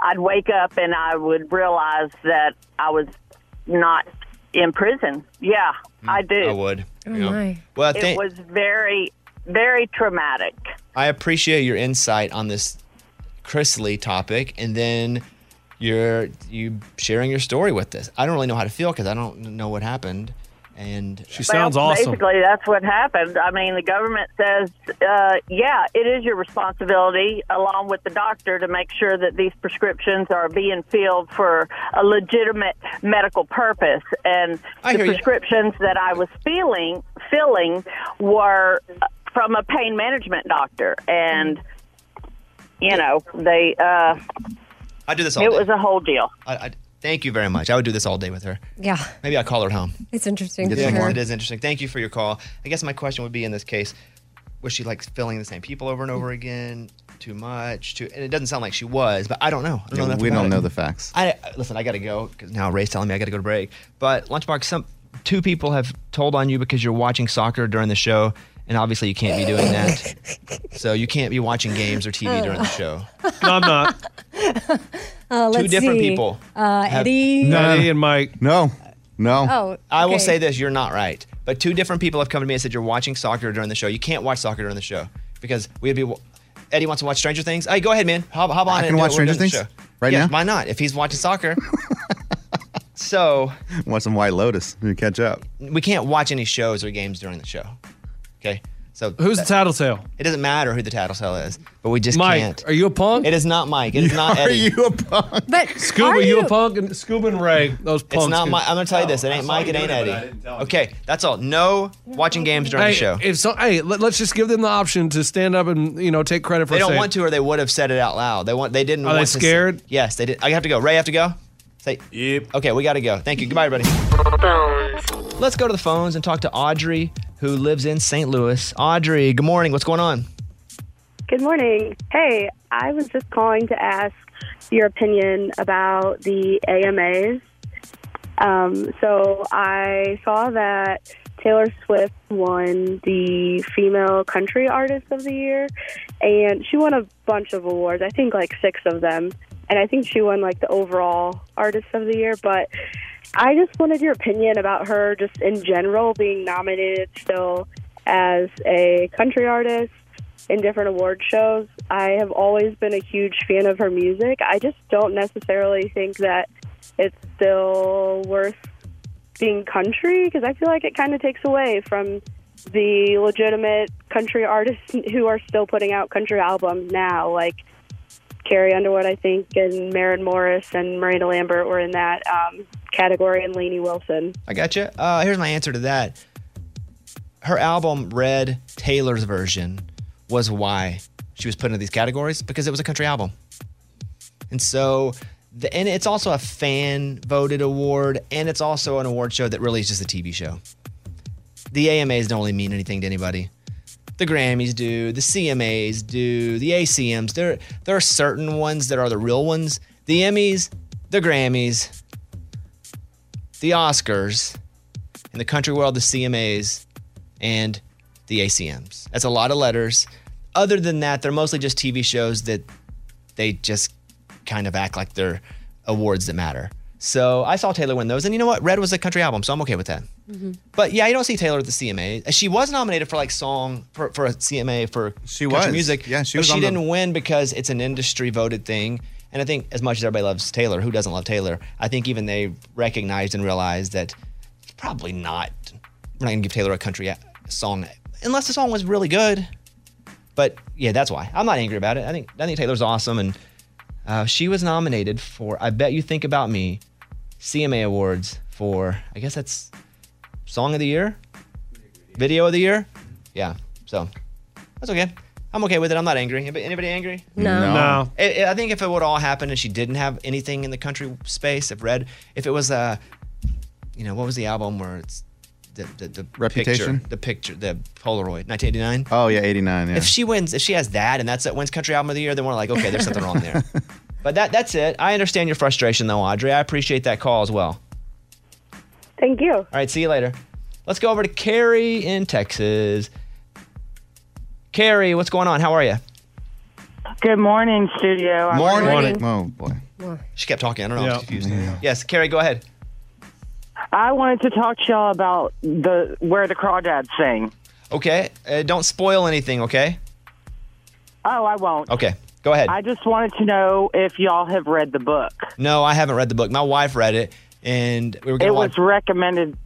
S9: I'd wake up and I would realize that I was not in prison. Yeah, I do.
S1: Hmm, I would.
S9: Oh
S1: Yeah. Well, I
S9: it
S1: think
S9: was very, very traumatic.
S1: I appreciate your insight on this Chris Lee topic, and then you're you sharing your story with us. I don't really know how to feel because I don't know what happened, and she
S9: Well, Basically, that's what happened. I mean, the government says, uh, yeah, it is your responsibility, along with the doctor, to make sure that these prescriptions are being filled for a legitimate medical purpose. And
S18: I
S9: the
S18: hear you.
S9: prescriptions that I was feeling filling were from a pain management doctor, and you know, they uh,
S1: I do this all
S9: it
S1: day.
S9: was a whole deal.
S1: I, I, thank you very much. I would do this all day with her.
S3: Yeah,
S1: Maybe I call her at home.
S3: it's interesting.
S1: It
S3: for
S1: is-
S3: sure.
S1: It is interesting. Thank you for your call. I guess my question would be in this case, was she like filling the same people over and over again? Too much? Too, and it doesn't sound like she was, but I don't know. I don't know enough
S6: we
S1: about
S6: don't
S1: it.
S6: know the facts.
S1: I listen. I got to go because now Ray's telling me I got to go to break. But lunchbox, some two people have told on you because you're watching soccer during the show, and obviously you can't be doing that. so you can't be watching games or TV during the show. No, I'm not.
S3: Uh, let's
S1: different
S3: see.
S1: people
S3: Uh, Eddie.
S1: and Mike. No, no.
S3: Oh,
S1: I will
S3: okay.
S1: say this: you're not right. But two different people have come to me and said you're watching soccer during the show. You can't watch soccer during the show because we'd be. Eddie wants to watch Stranger Things. Hey, go ahead, man. Hop, hop on.
S6: I
S1: in
S6: can
S1: and do
S6: watch
S1: it. We're
S6: Stranger
S1: doing the
S6: Things
S1: show.
S6: right
S1: Yes,
S6: now?
S1: Why not? If he's watching soccer. so
S6: Watch some White Lotus. You catch up.
S1: we can't watch any shows or games during the show. Okay. So
S7: Who's the
S1: that-
S7: tattletale?
S1: It doesn't matter who the tattletale is, but we just
S7: Mike,
S1: can't. Are you a punk? It is not Mike. It is not
S7: Are
S1: Eddie.
S7: you
S1: a punk?
S3: But
S7: Scuba, you, a punk? And Scuba and Ray, those punks.
S1: It's not
S7: could-
S1: Mike. I'm gonna tell you this. It ain't Mike. It ain't Eddie. Okay, that's all. No watching games during
S7: hey,
S1: the show.
S7: If so, hey, let, us just give them the option to stand up and you know take credit for.
S1: They don't
S7: saying-
S1: want to, or they would have said it out loud. They want. They didn't.
S7: Are they
S1: want to say-
S7: scared?
S1: yes, they did. I have to go. Ray, I have to go. Say yep. Okay, we got to go. Thank you. Goodbye, everybody. Let's go to the phones and talk to Audrey, who lives in St. Louis. Audrey, good morning. What's going on?
S28: Good morning. Hey, I was just calling to ask your opinion about the AMAs. Um, so I saw that Taylor Swift won the Female Country Artist of the Year, and she won a bunch of awards, I think like six of them. And I think she won like the overall Artist of the Year, but I just wanted your opinion about her just in general being nominated still as a country artist in different award shows. I have always been a huge fan of her music. I just don't necessarily think that it's still worth being country because I feel like it kind of takes away from the legitimate country artists who are still putting out country albums now, like Carrie Underwood, I think, and Maren Morris and Miranda Lambert were in that um, category and Lainey Wilson.
S1: I gotcha. Uh, here's my answer to that. Her album Red Taylor's version was why she was put into these categories because it was a country album, and so the, and it's also a fan voted award, and it's also an award show that really is just a TV show. The AMAs don't really mean anything to anybody. The Grammys do, the CMAs do, the ACMs. There, there are certain ones that are the real ones. The Emmys, the Grammys, the Oscars, in the country world, the CMAs, and the ACMs. That's a lot of letters. Other than that, they're mostly just TV shows that they just kind of act like they're awards that matter. So I saw Taylor win those, and you know what? Red was a country album, so I'm okay with that. But yeah, you don't see Taylor at the CMA. She was nominated for like song for, for a CMA for she country
S6: was.
S1: music.
S6: Yeah, she
S1: but
S6: was
S1: She
S6: on the-
S1: didn't win because it's an industry voted thing. And I think as much as everybody loves Taylor, who doesn't love Taylor? I think even they recognized and realized that it's probably not. We're not gonna give Taylor a country a- song unless the song was really good. But yeah, that's why I'm not angry about it. I think I think Taylor's awesome, and uh, she was nominated for "I Bet You Think About Me" CMA Awards for I guess that's Song of the Year, Video of the Year. Yeah, so that's okay. I'm okay with it. I'm not angry. Anybody- Anybody angry?
S3: No. No. No.
S1: It- it- I think if it would all happen and she didn't have anything in the country space, if Red, if it was uh, you know, what was the album where it's the the, the
S6: Reputation?
S1: picture, the picture, the Polaroid, 1989.
S6: Oh yeah, eighty nine. Yeah.
S1: If she wins, if she has that and that's it, wins country album of the year, then we're like, okay, there's something wrong there. But that that's it. I understand your frustration though, Audrey. I appreciate that call as well.
S28: Thank you.
S1: All right, see you later. Let's go over to Carrie in Texas. Carrie, what's going on? How are you?
S18: Good morning, studio. I'm ready.
S1: Oh boy. She kept talking. I don't know. I'm confused. Yes, Carrie, go ahead.
S18: I wanted to talk to y'all about the where the crawdads sing.
S1: Okay. Uh, don't spoil anything. Okay.
S18: Oh, I won't.
S1: Okay. Go ahead.
S18: I just wanted to know if y'all have read the book.
S1: No, I haven't read the book. My wife read it, and we were going to
S18: It
S1: watch.
S18: was recommended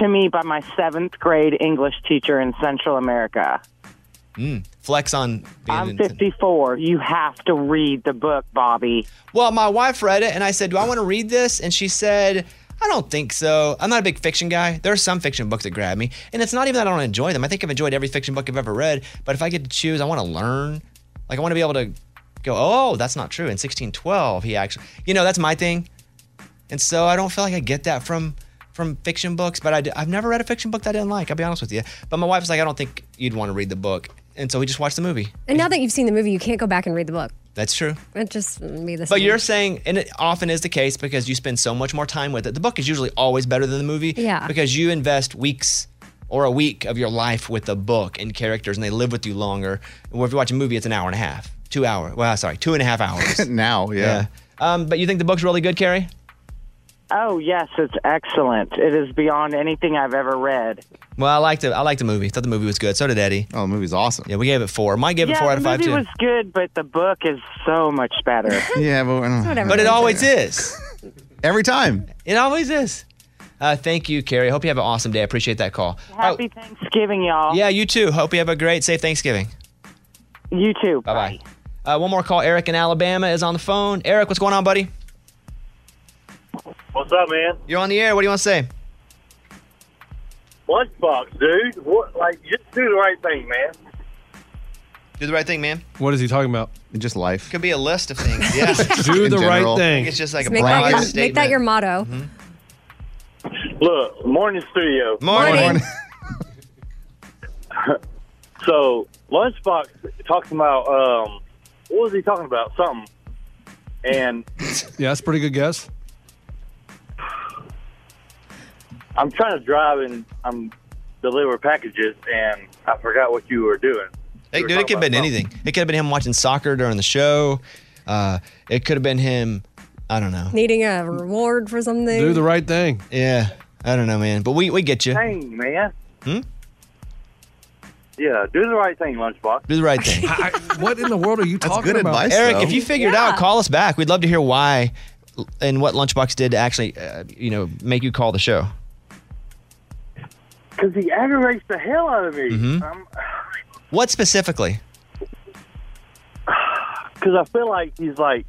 S18: to me by my seventh grade English teacher in Central America.
S1: Mm, flex on. Being
S18: I'm 54. You have to read the book, Bobby.
S1: Well, my wife read it, and I said, "Do I want to read this?" And she said, "I don't think so. I'm not a big fiction guy. There are some fiction books that grab me, and it's not even that I don't enjoy them. I think I've enjoyed every fiction book I've ever read. But if I get to choose, I want to learn. Like I want to be able to go, oh, that's not true. In 1612, he actually, you know, that's my thing. And so I don't feel like I get that from from fiction books. But I, d- I've never read a fiction book that I didn't like. I'll be honest with you. But my wife's like, I don't think you'd want to read the book, and so we just watched the movie.
S3: And now that you've seen the movie, you can't go back and read the book.
S1: That's true.
S3: It just would be the same.
S1: But you're saying, and it often is the case because you spend so much more time with it. The book is usually always better than the movie.
S3: Yeah.
S1: Because you invest weeks or a week of your life with the book and characters, and they live with you longer. Where if you watch a movie, it's an hour and a half, two hour. Well, sorry, two and a half hours.
S6: now, yeah.
S1: Um, but you think the book's really good, Carrie?
S18: Oh, yes, it's excellent. It is beyond anything I've ever read.
S1: Well, I liked it. I liked the movie. Thought the movie was good. So did Eddie.
S6: Oh, the movie's awesome.
S1: Yeah, we gave it four. Mike gave it
S18: yeah,
S1: four out of
S18: the
S1: five
S18: movie
S1: too.
S18: was good, but the book is so much better.
S6: yeah, but uh,
S1: But it always is.
S6: Every time.
S1: It always is. Uh, thank you, Carrie. Hope you have an awesome day. I appreciate that call.
S18: Happy Thanksgiving, y'all.
S1: Yeah, you too. Hope you have a great, safe Thanksgiving.
S18: You too.
S1: Bye bye. Uh, one more call. Eric in Alabama is on the phone. Eric, what's going on, buddy?
S24: What's up, man?
S1: You're on the air. What do you want to say?
S24: Lunchbox, dude. What? Like, just do the right thing, man.
S1: Do the right thing, man.
S7: What is he talking about?
S6: Just life.
S1: Could be a list of things. Yeah.
S7: Do the right thing.
S1: It's just like
S3: Just
S1: a
S3: make, that
S1: broad
S3: your,
S1: statement. Mm-hmm.
S3: make that your motto.
S24: Look, morning studio.
S1: Morning.
S24: so, Lunchbox talking about um, what was he talking about? Something. And
S7: Yeah, that's a pretty good guess.
S24: I'm trying to drive and I'm deliver packages, and I forgot what you were doing.
S1: Hey,
S24: You were
S1: dude, it
S24: talking
S1: could have been
S24: about
S1: anything. It could have been him watching soccer during the show. Uh, it could have been him. I don't know.
S3: Needing a reward for something.
S1: right thing. Yeah. I don't know, man. But we, we get you.
S24: something, man.
S1: Hmm?
S24: Yeah, do the right thing, Lunchbox.
S1: Do the right thing.
S7: what in the world are you talking about?
S1: Eric, if you figured out, call us back. We'd love to hear why and what Lunchbox did to actually, uh, you know, make you call the show.
S24: Because he aggravates the hell out of me.
S1: Mhm.
S24: I'm-
S1: What specifically?
S24: Because I feel like he's like,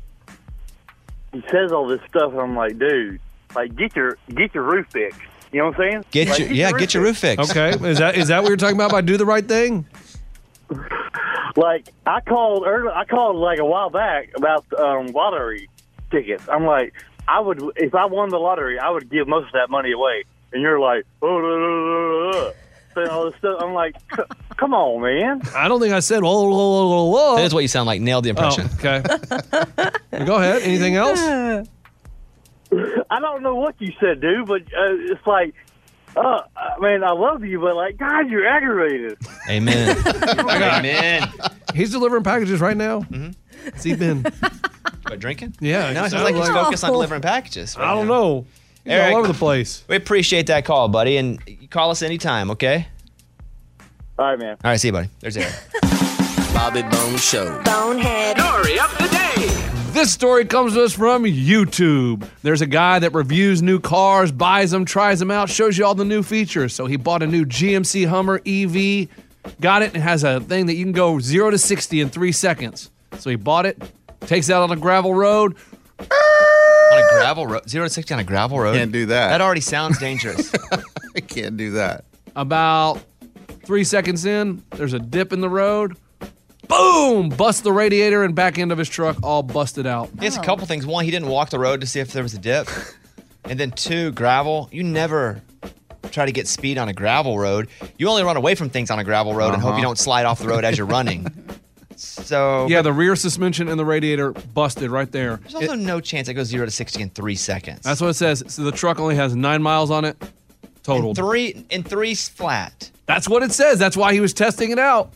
S24: he says all this stuff, and I'm like, dude, Like, get your get your roof fixed. You know what I'm saying?
S1: Get
S24: Like,
S1: your yeah, get your roof fixed.
S7: Okay, is that is that what you're talking about by do the right thing?
S24: Like I called early, I called like a while back about um, lottery tickets. I'm like, I would if I won the lottery, I would give most of that money away. And you're like, oh, da, da, da, da, da," saying all this stuff. I'm like, c- come on, man.
S7: I don't think I said whoa, whoa, whoa, whoa, whoa. Oh,
S1: That is what you sound like. Nailed the impression.
S7: okay. Go ahead. Anything else?
S24: I don't know what you said, dude, but uh, it's like, uh, I mean, I love you, but like, God, you're aggravated.
S1: Amen.
S7: Amen. He's delivering packages right now. Mm-hmm. Has he been?
S1: But drinking?
S7: Yeah.
S1: No, it sounds like he's focused on delivering packages.
S7: I don't know. He's all over the place.
S1: We appreciate that call, buddy, and you call us anytime, okay?
S24: All right, man.
S1: All right, see you, buddy. There's Eric.
S11: Bobby Bone Show.
S5: Bonehead. Story of the day.
S7: This story comes to us from YouTube. There's a guy that reviews new cars, buys them, tries them out, shows you all the new features. So he bought a new GMC Hummer EV, got it, and has a thing that you can go zero to 60 in three seconds. So he bought it, takes it out on a gravel road.
S1: on a gravel road, zero to sixty on a gravel road. Can't do that. That already sounds dangerous.
S7: I can't do that. About three seconds in, there's a dip in the road. Boom! Bust the radiator and back end of his truck, all busted out.
S1: It's a couple things. One, he didn't walk the road to see if there was a dip, and then two, gravel. You never try to get speed on a gravel road. You only run away from things on a gravel road and hope you
S7: Uh-huh.
S1: don't slide off the road as you're running. So
S7: Yeah, the rear suspension and the radiator busted right there.
S1: there's also no chance it goes zero to sixty in three seconds.
S7: That's what it says. So the truck only has nine miles on it total.
S1: Three in three flat.
S7: That's what it says. That's why he was testing it out.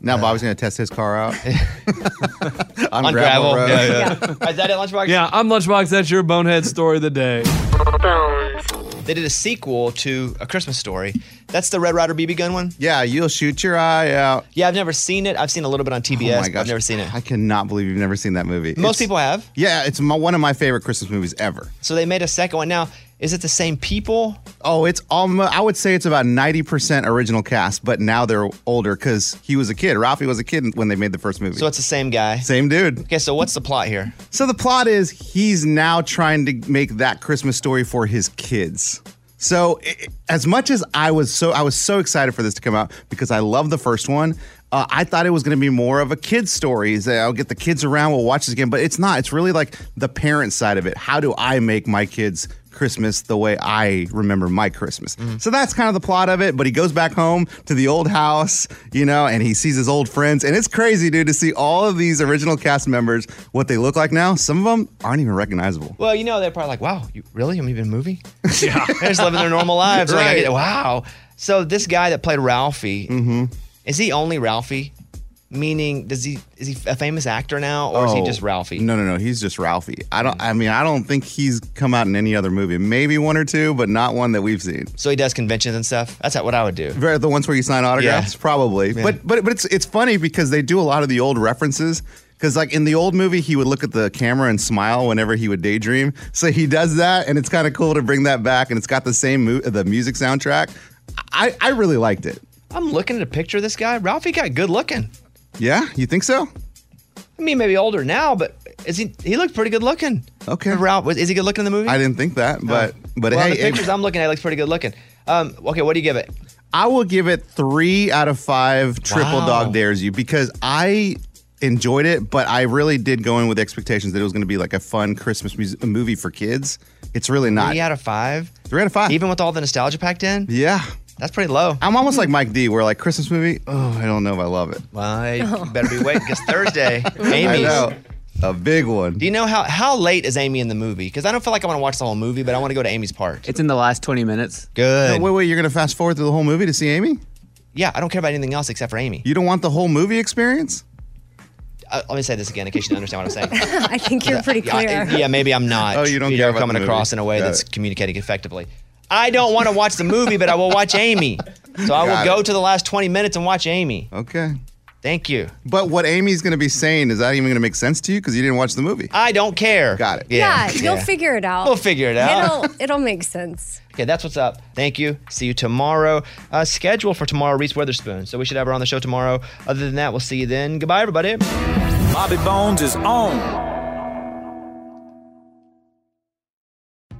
S6: Now Bobby's gonna test his car out on,
S7: On
S6: gravel.
S7: gravel.
S6: road.
S7: Yeah, yeah.
S1: Is that it, Lunchbox?
S7: Yeah, I'm Lunchbox. That's your bonehead story of the day.
S1: They did a sequel to A Christmas Story. That's the Red Rider BB gun one.
S6: Yeah, you'll shoot your eye out.
S1: Yeah, I've never seen it. I've seen a little bit on TBS.
S6: Oh my
S1: but
S6: gosh,
S1: I've never seen it.
S6: I cannot believe you've never seen that movie.
S1: Most people have.
S6: Yeah, it's my, one of my favorite Christmas movies ever.
S1: So they made a second one. Now, is it the same people?
S6: Oh, it's almost. I would say it's about ninety percent original cast, but now they're older because he was a kid. Ralphie was a kid when they made the first movie. So
S1: it's the same guy,
S6: same dude.
S1: Okay, so what's the plot here?
S6: So the plot is he's now trying to make that Christmas story for his kids. So i- as much as I was so I was so excited for this to come out because I love the first one. Uh, I thought it was going to be more of a kid's story. Is that I'll get the kids around, we'll watch this again, but it's not. It's really like the parent side of it. How do I make my kids Christmas the way I remember my Christmas. So that's kind of the plot of it. But he goes back home to the old house, you know, and he sees his old friends. And it's crazy, dude, to see all of these original cast members, what they look like now. Some of them aren't even recognizable.
S1: Well, you know, they're probably like, wow, you really? I'm even a movie? Yeah. they're just living their normal lives. Like, I
S6: Right. Mm-hmm.
S1: get, wow. So this guy that played Ralphie, is he only Ralphie? Meaning, does he is he a famous actor now, or is he
S6: Oh,
S1: just Ralphie?
S6: No, no, no. He's just Ralphie. I don't. I mean, I don't think he's come out in any other movie. Maybe one or two, but not one that we've seen.
S1: So he does conventions and stuff. That's what I would do.
S6: Very- The ones where you sign autographs,
S1: Yeah.
S6: probably.
S1: Yeah.
S6: But but but it's it's funny because they do a lot of the old references. Because like in the old movie, he would look at the camera and smile whenever he would daydream. So he does that, and it's kind of cool to bring that back. And it's got the same mu- the music soundtrack. I I really liked it.
S1: I'm looking at a picture of this guy. Ralphie got good looking.
S6: Yeah,
S1: Oh.
S6: you think so?
S1: I mean, maybe older now, but is he? He looked pretty good looking.
S6: Okay.
S1: Ralph, was- is he good looking in the movie?
S6: I didn't think that, but but
S1: well,
S6: hey,
S1: the
S6: it-
S1: pictures I'm looking at it looks pretty good looking. Um, okay, what do you give it?
S6: I will give it three out of five triple
S1: Wow.
S6: dog dares you because I enjoyed it, but I really did go in with expectations that it was going to be like a fun Christmas mus movie for kids. It's really not.
S1: Three out of five.
S6: Three out of five.
S1: Even with all the nostalgia packed in.
S6: Yeah.
S1: That's pretty low.
S6: I'm almost like Mike D, where like Christmas movie, oh, I don't know if I love it.
S1: Well, hey,
S6: Oh.
S1: you better be waiting because Thursday,
S6: I
S1: Amy's.
S6: know. A big one.
S1: Do you know how how late is Amy in the movie? Because I don't feel like I want to watch the whole movie, but I want to go to Amy's part.
S11: It's in the last 20 minutes.
S1: Good.
S6: No, wait, wait, you're going to fast forward through the whole movie to see Amy?
S1: Yeah, I don't care about anything else except for Amy.
S6: You don't want the whole movie experience?
S1: Uh, let me say this again in case you don't understand what I'm saying.
S3: I think you're pretty
S1: Yeah,
S3: clear.
S1: I- yeah, maybe I'm not.
S6: Oh, you don't care
S1: You're
S6: about
S1: coming
S6: the movie.
S1: across in a way
S6: Got
S1: that's
S6: it.
S1: communicating effectively. I don't want to watch the movie, but I will watch Amy. So I will
S6: Got
S1: go to the last 20 minutes and watch Amy.
S6: Okay.
S1: Thank you.
S6: But what Amy's going to be saying, is that even going to make sense to you because you didn't watch the movie?
S1: I don't care.
S6: Got it.
S3: Yeah, you'll figure it out.
S1: We'll figure it out.
S3: It'll it'll make sense.
S1: Okay, that's what's up. Thank you. See you tomorrow. Uh, schedule for tomorrow, Reese Witherspoon. So we should have her on the show tomorrow. Other than that, we'll see you then. Goodbye, everybody.
S11: Bobby Bones is on.